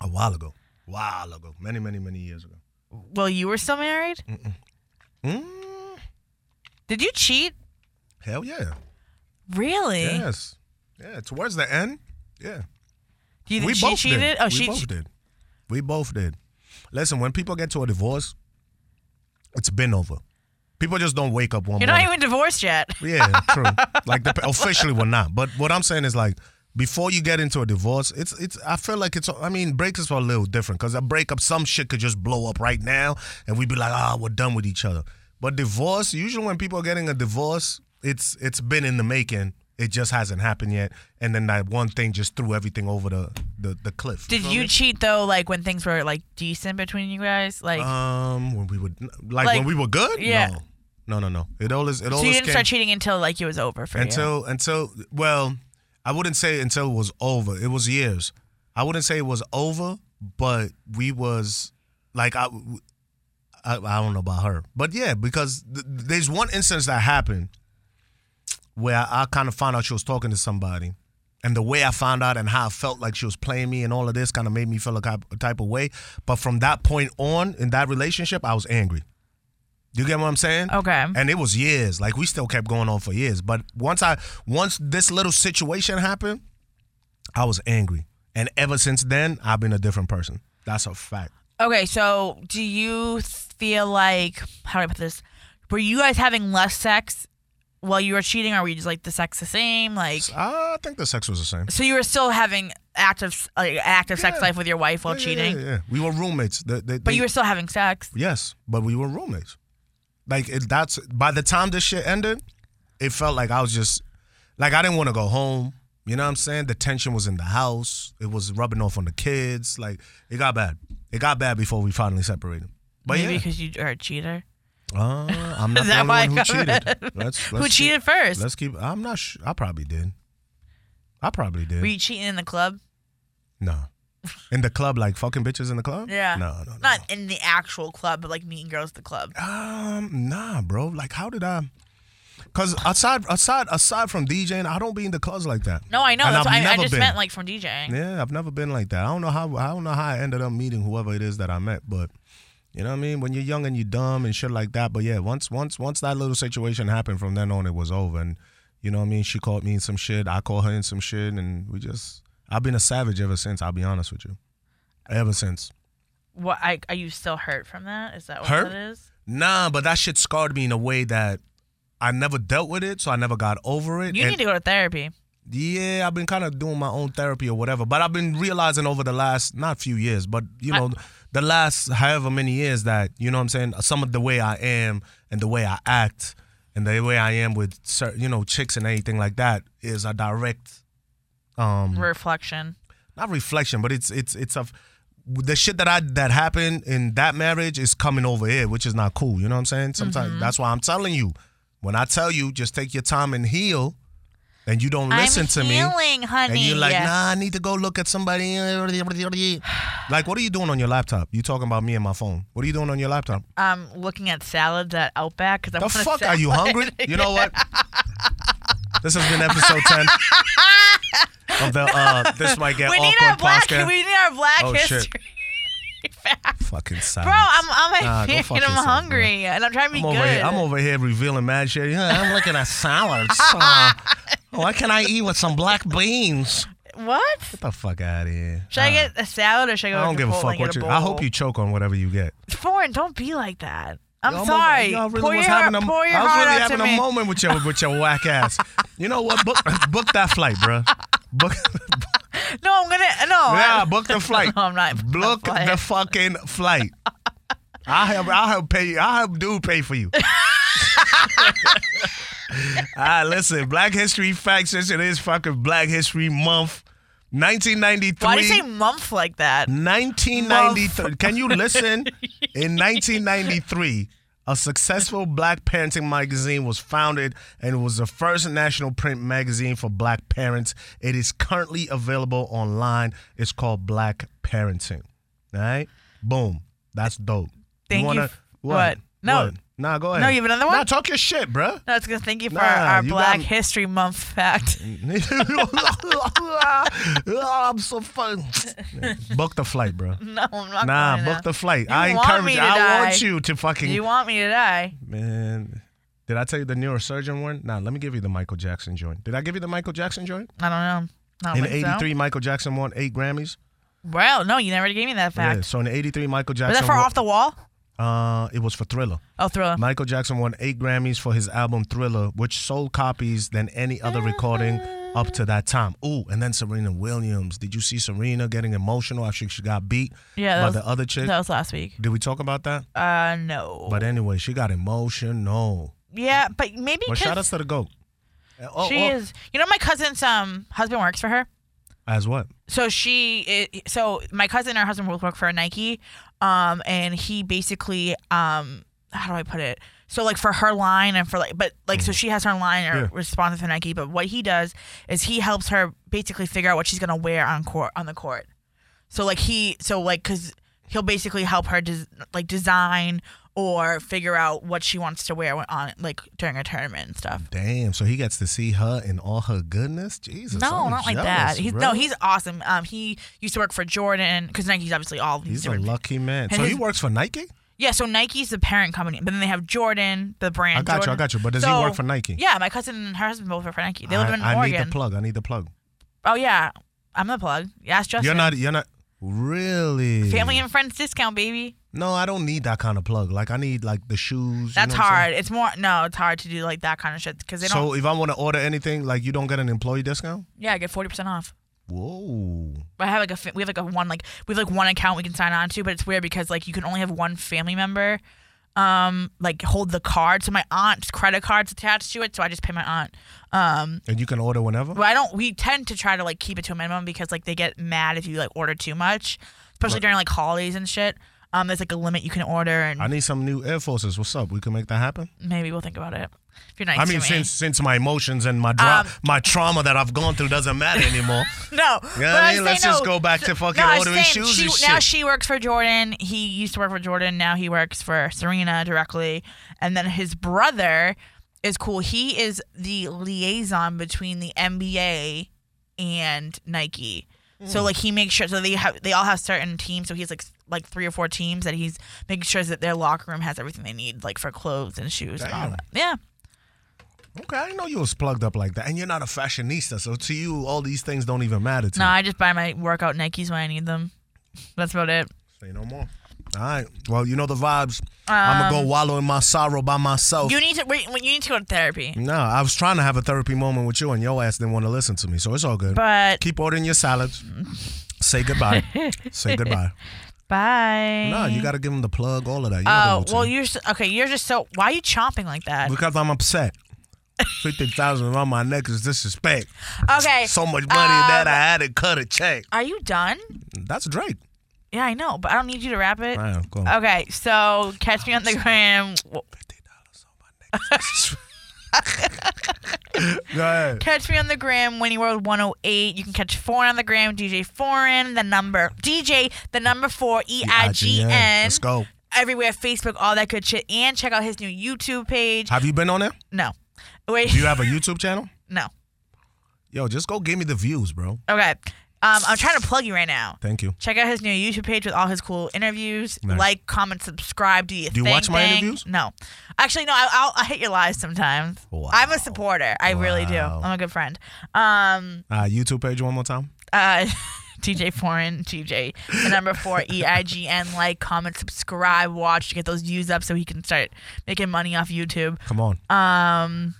Speaker 3: a while ago. While ago, many, many, many years ago.
Speaker 4: Well, you were still married.
Speaker 3: Mm,
Speaker 4: Did you cheat?
Speaker 3: hell yeah.
Speaker 4: Really?
Speaker 3: Yes. Yeah, towards the end. Yeah.
Speaker 4: Do you think
Speaker 3: we
Speaker 4: she
Speaker 3: both
Speaker 4: cheated?
Speaker 3: Did.
Speaker 4: Oh,
Speaker 3: we
Speaker 4: she
Speaker 3: both
Speaker 4: che-
Speaker 3: did. We both did. Listen, when people get to a divorce, it's been over. People just don't wake up one
Speaker 4: You're not
Speaker 3: morning.
Speaker 4: even
Speaker 3: [laughs]
Speaker 4: divorced yet.
Speaker 3: yeah, true. Like the, officially, we're not. But what I'm saying is like before you get into a divorce, it's it's. I feel like it's. I mean, breakups are a little different because a breakup, some shit could just blow up right now, and we'd be like, ah, we're done with each other. But divorce, usually when people are getting a divorce, it's it's been in the making. It just hasn't happened yet, and then that one thing just threw everything over the the, the cliff.
Speaker 4: Did
Speaker 3: feel
Speaker 4: you
Speaker 3: me?
Speaker 4: cheat though? Like when things were like decent between you guys? Like
Speaker 3: um when we were like,
Speaker 4: Like,
Speaker 3: when we were good?
Speaker 4: yeah.
Speaker 3: No, no, no, no. It always it
Speaker 4: so
Speaker 3: always
Speaker 4: you didn't
Speaker 3: came-
Speaker 4: start cheating until like it was over for you.
Speaker 3: until until well, I wouldn't say until it was over. It was years. I wouldn't say it was over, but we was like I I, I don't know about her, but yeah, because th- there's one instance that happened where I, kind of found out she was talking to somebody. And the way I found out and how I felt like she was playing me and all of this kind of made me feel a type, a type of way. But from that point on in that relationship, I was angry. You get what I'm saying?
Speaker 4: Okay.
Speaker 3: And it was years. Like we still kept going on for years. But once I once this little situation happened, I was angry. And ever since then, I've been a different person. That's a fact.
Speaker 4: Okay, so do you feel like how do I put this? Were you guys having less sex while you were cheating, or were you just like the sex the same? Like
Speaker 3: I think the sex was the same.
Speaker 4: so you were still having active like active sex
Speaker 3: Yeah.
Speaker 4: life with your wife while
Speaker 3: Yeah, yeah, yeah,
Speaker 4: cheating,
Speaker 3: Yeah, yeah. We were roommates. They- they-
Speaker 4: but
Speaker 3: they-
Speaker 4: you were still having sex.
Speaker 3: Yes, but we were roommates. Like it, that's by the time this shit ended, it felt like I was just like I didn't want to go home. You know what I'm saying? The tension was in the house. It was rubbing off on the kids. Like it got bad. It got bad before we finally separated. But
Speaker 4: Maybe
Speaker 3: yeah,
Speaker 4: because you are a cheater.
Speaker 3: uh,
Speaker 4: [laughs]
Speaker 3: I'm not the
Speaker 4: Is that
Speaker 3: only
Speaker 4: why
Speaker 3: one who
Speaker 4: I
Speaker 3: cheated.
Speaker 4: commented?
Speaker 3: Let's-
Speaker 4: Who
Speaker 3: let's keep-
Speaker 4: cheated first?
Speaker 3: Let's keep. I'm not. Sh- I probably did. I probably did.
Speaker 4: Were you cheating in the club?
Speaker 3: no. In the club, like fucking bitches in the club.
Speaker 4: Yeah.
Speaker 3: No, no, no.
Speaker 4: Not in the actual club, but like meeting girls at the club.
Speaker 3: Um, nah, bro. Like, how did I? Cause aside, aside, aside from DJing, I don't be in the clubs like that.
Speaker 4: No, I know.
Speaker 3: And
Speaker 4: That's
Speaker 3: I've
Speaker 4: why I, I
Speaker 3: never
Speaker 4: just
Speaker 3: been.
Speaker 4: meant like from DJing.
Speaker 3: Yeah, I've never been like that. I don't know how. I don't know how I ended up meeting whoever it is that I met, but you know what I mean. When you're young and you're dumb and shit like that. But yeah, once, once, once that little situation happened, from then on it was over. And you know what I mean. She called me in some shit. I called her in some shit, and we just. I've been a savage ever since. I'll be honest with you. Ever since.
Speaker 4: What? I, are you still hurt from that? Is that what
Speaker 3: Hurt?
Speaker 4: that is?
Speaker 3: Nah, but that shit scarred me in a way that I never dealt with it, so I never got over it.
Speaker 4: You
Speaker 3: And
Speaker 4: need to go to therapy.
Speaker 3: yeah, I've been kind of doing my own therapy or whatever, but I've been realizing over the last not few years, but you know, the last however many years that you know what I'm saying, some of the way I am and the way I act and the way I am with certain you know chicks and anything like that is a direct um
Speaker 4: Reflection.
Speaker 3: not reflection, but it's it's it's a the shit that I that happened in that marriage is coming over here, which is not cool. You know what I'm saying? Sometimes
Speaker 4: Mm-hmm.
Speaker 3: that's why I'm telling you. When I tell you, just take your time and heal, and you don't listen
Speaker 4: I'm
Speaker 3: to me,
Speaker 4: healing, honey.
Speaker 3: and you're like,
Speaker 4: Yeah.
Speaker 3: nah, I need to go look at somebody. [sighs] like, what are you doing on your laptop? You talking about me and my phone? What are you doing on your laptop?
Speaker 4: I'm looking at salads at Outback because I
Speaker 3: The
Speaker 4: want
Speaker 3: fuck are you hungry? You know
Speaker 4: [laughs]
Speaker 3: what? This has been episode ten of the. Uh, this might get
Speaker 4: we
Speaker 3: awkward
Speaker 4: need our black.
Speaker 3: podcast.
Speaker 4: We need our black
Speaker 3: Oh, shit.
Speaker 4: history. facts.
Speaker 3: Fucking silence.
Speaker 4: Bro, I'm I'm
Speaker 3: Nah,
Speaker 4: [laughs]
Speaker 3: go
Speaker 4: a
Speaker 3: fuck
Speaker 4: and I'm
Speaker 3: yourself,
Speaker 4: hungry and I'm trying to be
Speaker 3: I'm
Speaker 4: good.
Speaker 3: over, here, I'm over here revealing mad shit. Yeah,
Speaker 4: [laughs]
Speaker 3: I'm looking at salads. Uh, what can I eat with some black beans?
Speaker 4: what?
Speaker 3: Get the fuck out of here. Uh,
Speaker 4: Should I get a salad or should I
Speaker 3: I
Speaker 4: go?
Speaker 3: don't
Speaker 4: to
Speaker 3: give a
Speaker 4: Chipotle
Speaker 3: fuck
Speaker 4: and get
Speaker 3: what you.
Speaker 4: bowl?
Speaker 3: I hope you choke on whatever you get.
Speaker 4: Foreign, don't be like that. I'm
Speaker 3: Y'all mo-
Speaker 4: sorry.
Speaker 3: y'all really
Speaker 4: pour,
Speaker 3: was
Speaker 4: your, heart-
Speaker 3: having a,
Speaker 4: pour your
Speaker 3: I was
Speaker 4: heart
Speaker 3: really
Speaker 4: out to
Speaker 3: having a
Speaker 4: me.
Speaker 3: moment with your with your whack ass. You know what? Book [laughs] book that flight, bruh. Book
Speaker 4: No, I'm gonna no.
Speaker 3: yeah,
Speaker 4: [laughs] I-
Speaker 3: book the flight.
Speaker 4: no, I'm not.
Speaker 3: Book
Speaker 4: flight.
Speaker 3: the fucking flight. I help. I help pay. you. I help dude pay for
Speaker 4: [laughs]
Speaker 3: you. All right, Ah, listen. Black History Facts. Since it is fucking Black History Month, 1993.
Speaker 4: Why do you say month like that?
Speaker 3: 1993. Can you
Speaker 4: [laughs]
Speaker 3: listen? In 1993, a successful black parenting magazine was founded and was the first national print magazine for black parents. It is currently available online. It's called Black Parenting. All right? Boom. That's dope.
Speaker 4: Thank you
Speaker 3: wanna-
Speaker 4: f- what? No.
Speaker 3: What? Nah, go ahead.
Speaker 4: No, you have another one?
Speaker 3: Nah, talk your shit,
Speaker 4: [laughs]
Speaker 3: bruh. [laughs]
Speaker 4: No, it's gonna thank you for
Speaker 3: Nah,
Speaker 4: our, our
Speaker 3: you got
Speaker 4: Black
Speaker 3: me.
Speaker 4: History Month fact.
Speaker 3: I'm so
Speaker 4: [laughs]
Speaker 3: fun. Book the flight, bruh.
Speaker 4: [laughs] No, I'm not.
Speaker 3: Nah,
Speaker 4: going
Speaker 3: book
Speaker 4: now.
Speaker 3: the flight.
Speaker 4: You
Speaker 3: I
Speaker 4: want
Speaker 3: encourage
Speaker 4: me
Speaker 3: you.
Speaker 4: to
Speaker 3: I
Speaker 4: die.
Speaker 3: want you to fucking
Speaker 4: You want me to die?
Speaker 3: man. Did I tell you the neurosurgeon one? Nah, let me give you the Michael Jackson joint. Did I give you the Michael Jackson joint?
Speaker 4: I don't know. I don't
Speaker 3: In
Speaker 4: think so.
Speaker 3: '83, Michael Jackson won eight Grammys.
Speaker 4: Well, no, you never gave me that fact.
Speaker 3: Yeah, so in '83, Michael
Speaker 4: Was
Speaker 3: Jackson.
Speaker 4: that for
Speaker 3: wa-
Speaker 4: Off the Wall?
Speaker 3: Uh, it was for Thriller.
Speaker 4: Oh, Thriller.
Speaker 3: Michael Jackson won eight Grammys for his album Thriller, which sold copies than any other recording up to that time. Ooh, and then Serena Williams. Did you see Serena getting emotional after she got beat
Speaker 4: Yeah, that
Speaker 3: by
Speaker 4: was-
Speaker 3: the other chick?
Speaker 4: that was last week.
Speaker 3: Did we talk about that?
Speaker 4: Uh, no.
Speaker 3: But anyway, she got emotional.
Speaker 4: Yeah, but maybe
Speaker 3: But
Speaker 4: because
Speaker 3: shout outs to the GOAT. Uh, oh,
Speaker 4: she
Speaker 3: oh,
Speaker 4: is. You know, my cousin's um husband works for her.
Speaker 3: As what?
Speaker 4: So she, i so my cousin and her husband both work for Nike, um, and he basically, um, how do I put it? So like for her line and for like, but like so she has her line or
Speaker 7: Yeah.
Speaker 4: responsive for Nike. But what he does is he helps her basically figure out what she's gonna wear on court on the court. So like he, so like because he'll basically help her des- like design or figure out what she wants to wear when- on like during a tournament and stuff.
Speaker 3: Damn, so he gets to see her in all her goodness? Jesus.
Speaker 4: No,
Speaker 3: I'm
Speaker 4: not like
Speaker 3: jealous,
Speaker 4: that. He's,
Speaker 3: bro.
Speaker 4: No, he's awesome. Um, he used to work for Jordan because Nike's obviously all these
Speaker 3: He's a
Speaker 4: different.
Speaker 3: lucky man.
Speaker 4: And
Speaker 3: So he
Speaker 4: his-
Speaker 3: works for Nike?
Speaker 4: yeah, so Nike's the parent company, but then they have Jordan, the brand.
Speaker 3: I got you, I
Speaker 4: Jordan.
Speaker 3: got you. But does he
Speaker 4: So-
Speaker 3: work for Nike?
Speaker 4: Yeah, my cousin and her husband both work for Nike. They live
Speaker 3: I,
Speaker 4: in
Speaker 3: I
Speaker 4: Oregon.
Speaker 3: need the plug. I need the plug.
Speaker 4: Oh yeah, I'm the plug. Yeah, ask Justin.
Speaker 3: You're not. You're not. Really?
Speaker 4: Family and friends discount, baby.
Speaker 3: No, I don't need that kind of plug. Like I need like the shoes. you
Speaker 4: That's
Speaker 3: know what I'm
Speaker 4: hard.
Speaker 3: saying?
Speaker 4: It's more no, it's hard to do like that kind of shit because they don't.
Speaker 3: So if I want to order anything, like you don't get an employee discount.
Speaker 4: yeah, I get forty percent off.
Speaker 3: Whoa.
Speaker 4: I have like a fa- we have like a one like we have like one account we can sign on to, but it's weird because like you can only have one family member, um, like hold the card. So my aunt's credit card's attached to it, so I just pay my aunt. Um,
Speaker 3: And you can order whenever.
Speaker 4: but I don't. We tend to try to like keep it to a minimum because like they get mad if you like order too much, especially
Speaker 3: Right.
Speaker 4: during like holidays and shit. Um, there's like a limit you can order, and
Speaker 3: I need some new Air Forces. What's up? We can make that happen.
Speaker 4: maybe we'll think about it if you're nice.
Speaker 3: I mean,
Speaker 4: to me.
Speaker 3: since since my emotions and my dra-
Speaker 4: Um,
Speaker 3: my trauma that I've gone through doesn't matter
Speaker 4: [laughs]
Speaker 3: anymore.
Speaker 4: No,
Speaker 3: You know
Speaker 4: but
Speaker 3: what I
Speaker 4: I'm
Speaker 3: mean? Let's
Speaker 4: saying
Speaker 3: just
Speaker 4: no.
Speaker 3: go back to
Speaker 4: So-
Speaker 3: fucking
Speaker 4: I'm
Speaker 3: ordering
Speaker 4: saying
Speaker 3: shoes
Speaker 4: She,
Speaker 3: and
Speaker 4: Now
Speaker 3: shit.
Speaker 4: she works for Jordan. He used to work for Jordan. Now he works for Serena directly. And then his brother is cool. He is the liaison between the NBA and Nike. So
Speaker 3: Hmm.
Speaker 8: Mm.
Speaker 4: like he makes sure so they have they all have certain teams. So he's like s- like three or four teams that he's making sure that their locker room has everything they need like for clothes and shoes and all
Speaker 3: Damn.
Speaker 4: that. Yeah.
Speaker 3: okay, I didn't know you was plugged up like that, and you're not a fashionista, so to you, all these things don't even matter. To
Speaker 4: No, I just buy my workout Nikes when I need them. That's about it.
Speaker 3: you. Say no more. All right. Well, you know the vibes. I'm gonna go
Speaker 4: Um,
Speaker 3: wallow in my sorrow by myself.
Speaker 4: You need to wait, wait, you need to go to therapy.
Speaker 3: No, I was trying to have a therapy moment with you, and your ass didn't want to listen to me, so it's all good.
Speaker 4: But-
Speaker 3: keep ordering your salads. Say
Speaker 4: [laughs]
Speaker 3: goodbye. Say goodbye.
Speaker 4: Bye.
Speaker 3: No, you got to give them the plug, all of that. You know the
Speaker 4: Oh
Speaker 3: routine.
Speaker 4: well, you're s okay. You're just so. Why are you chomping like that?
Speaker 3: because I'm
Speaker 4: [laughs]
Speaker 3: upset. Fifty thousand around my neck is disrespect.
Speaker 4: Okay.
Speaker 3: [laughs] So much money
Speaker 4: um,
Speaker 3: that I had to cut a check.
Speaker 4: Are you done?
Speaker 3: That's Drake.
Speaker 4: Yeah, I know, but I don't need you to wrap it.
Speaker 3: All right, go on.
Speaker 4: Okay, so catch me on the gram.
Speaker 3: Go ahead.
Speaker 4: Catch me on the gram, Winnie World 108. You can catch Foreign on the gram, DJ Foreign, the number, DJ, the number four, E I G N.
Speaker 3: Let's go.
Speaker 4: Everywhere, Facebook, all that good shit. And check out his new YouTube page.
Speaker 3: Have you been on there?
Speaker 4: No. Wait.
Speaker 3: Do you have a YouTube channel?
Speaker 4: no.
Speaker 3: Yo, just go give me the views, bro.
Speaker 4: Okay. Um, I'm trying to plug you right now.
Speaker 3: Thank you.
Speaker 4: Check out his new YouTube page with all his cool interviews.
Speaker 3: Nice.
Speaker 4: Like, comment, subscribe. Do you?
Speaker 3: Do you watch my interviews?
Speaker 4: No, actually, no. I, I'll, I hit your lies sometimes. I'm a supporter. I really do.
Speaker 3: Wow.
Speaker 4: I'm a good friend. Um,
Speaker 3: Uh, YouTube page one more time.
Speaker 4: uh, [laughs] TJ Foreign, TJ, the number four, E I G N. Like, comment, subscribe, watch to get those views up so he can start making money off YouTube.
Speaker 3: Come on.
Speaker 4: Um,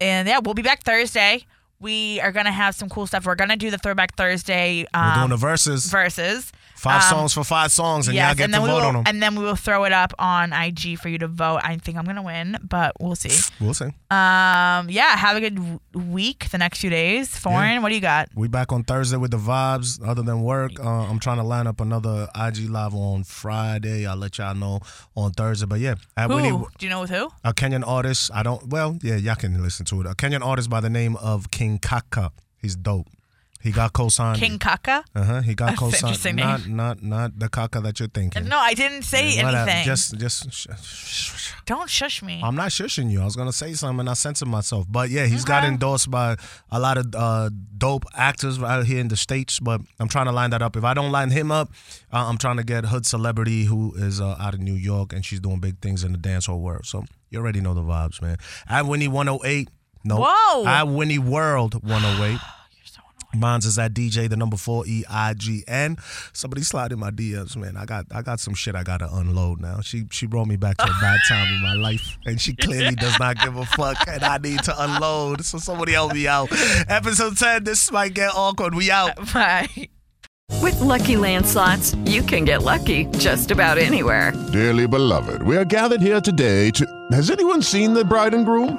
Speaker 4: and yeah, we'll be back Thursday. We are gonna have some cool stuff. We're gonna do the Throwback Thursday. Um,
Speaker 3: doing the verses.
Speaker 4: Verses.
Speaker 3: Five
Speaker 4: Um,
Speaker 3: songs for five songs, and
Speaker 4: yes,
Speaker 3: y'all get
Speaker 4: and
Speaker 3: to
Speaker 4: then
Speaker 3: vote
Speaker 4: we will,
Speaker 3: on them.
Speaker 4: And then we will throw it up on IG for you to vote. I think I'm gonna win, but we'll see.
Speaker 3: we'll see.
Speaker 4: Um, yeah, have a good w- week the next few days. Foreign, what do you got?
Speaker 3: We back on Thursday with the vibes. Other than work, uh, I'm trying to line up another IG live on Friday. I'll let y'all know on Thursday. But yeah, at
Speaker 4: who?
Speaker 3: Winnie,
Speaker 4: do you know with who?
Speaker 3: a Kenyan artist. I don't. Well, yeah, y'all can listen to it. A Kenyan artist by the name of King Kaka. He's dope. He got co-signed.
Speaker 4: King Kaka?
Speaker 3: Uh huh. He got
Speaker 4: That's an interesting
Speaker 3: co-signed.
Speaker 4: name.
Speaker 3: Not not not the Kaka that you're thinking.
Speaker 4: No, I didn't say
Speaker 3: Yeah, whatever.
Speaker 4: anything.
Speaker 3: Just just. sh- sh- sh-
Speaker 4: Don't shush me.
Speaker 3: I'm not shushing you. I was gonna say something and I censored myself. But yeah, he's got endorsed by a lot of uh, dope actors out here in the states. But I'm trying to line that up. If I don't line him up, uh, I'm trying to get Hood Celebrity, who is uh, out of New York, and she's doing big things in the dancehall world. So you already know the vibes, man. At Winnie 108. No. [sighs]
Speaker 4: Whoa.
Speaker 3: At Winnie World 108. You're so Mine's is at DJ the number four E I G N. Somebody slide in my DMs, man. I got I got some shit I gotta unload now. She she brought me back to a [laughs] bad time in my life, and she clearly does not give a fuck, and I need to unload. So somebody help me out. Episode ten. This might get awkward. We out.
Speaker 4: [laughs] Bye.
Speaker 5: With Lucky Land slots, you can get lucky just about anywhere.
Speaker 9: Dearly beloved, we are gathered here today to. Has anyone seen the bride and groom?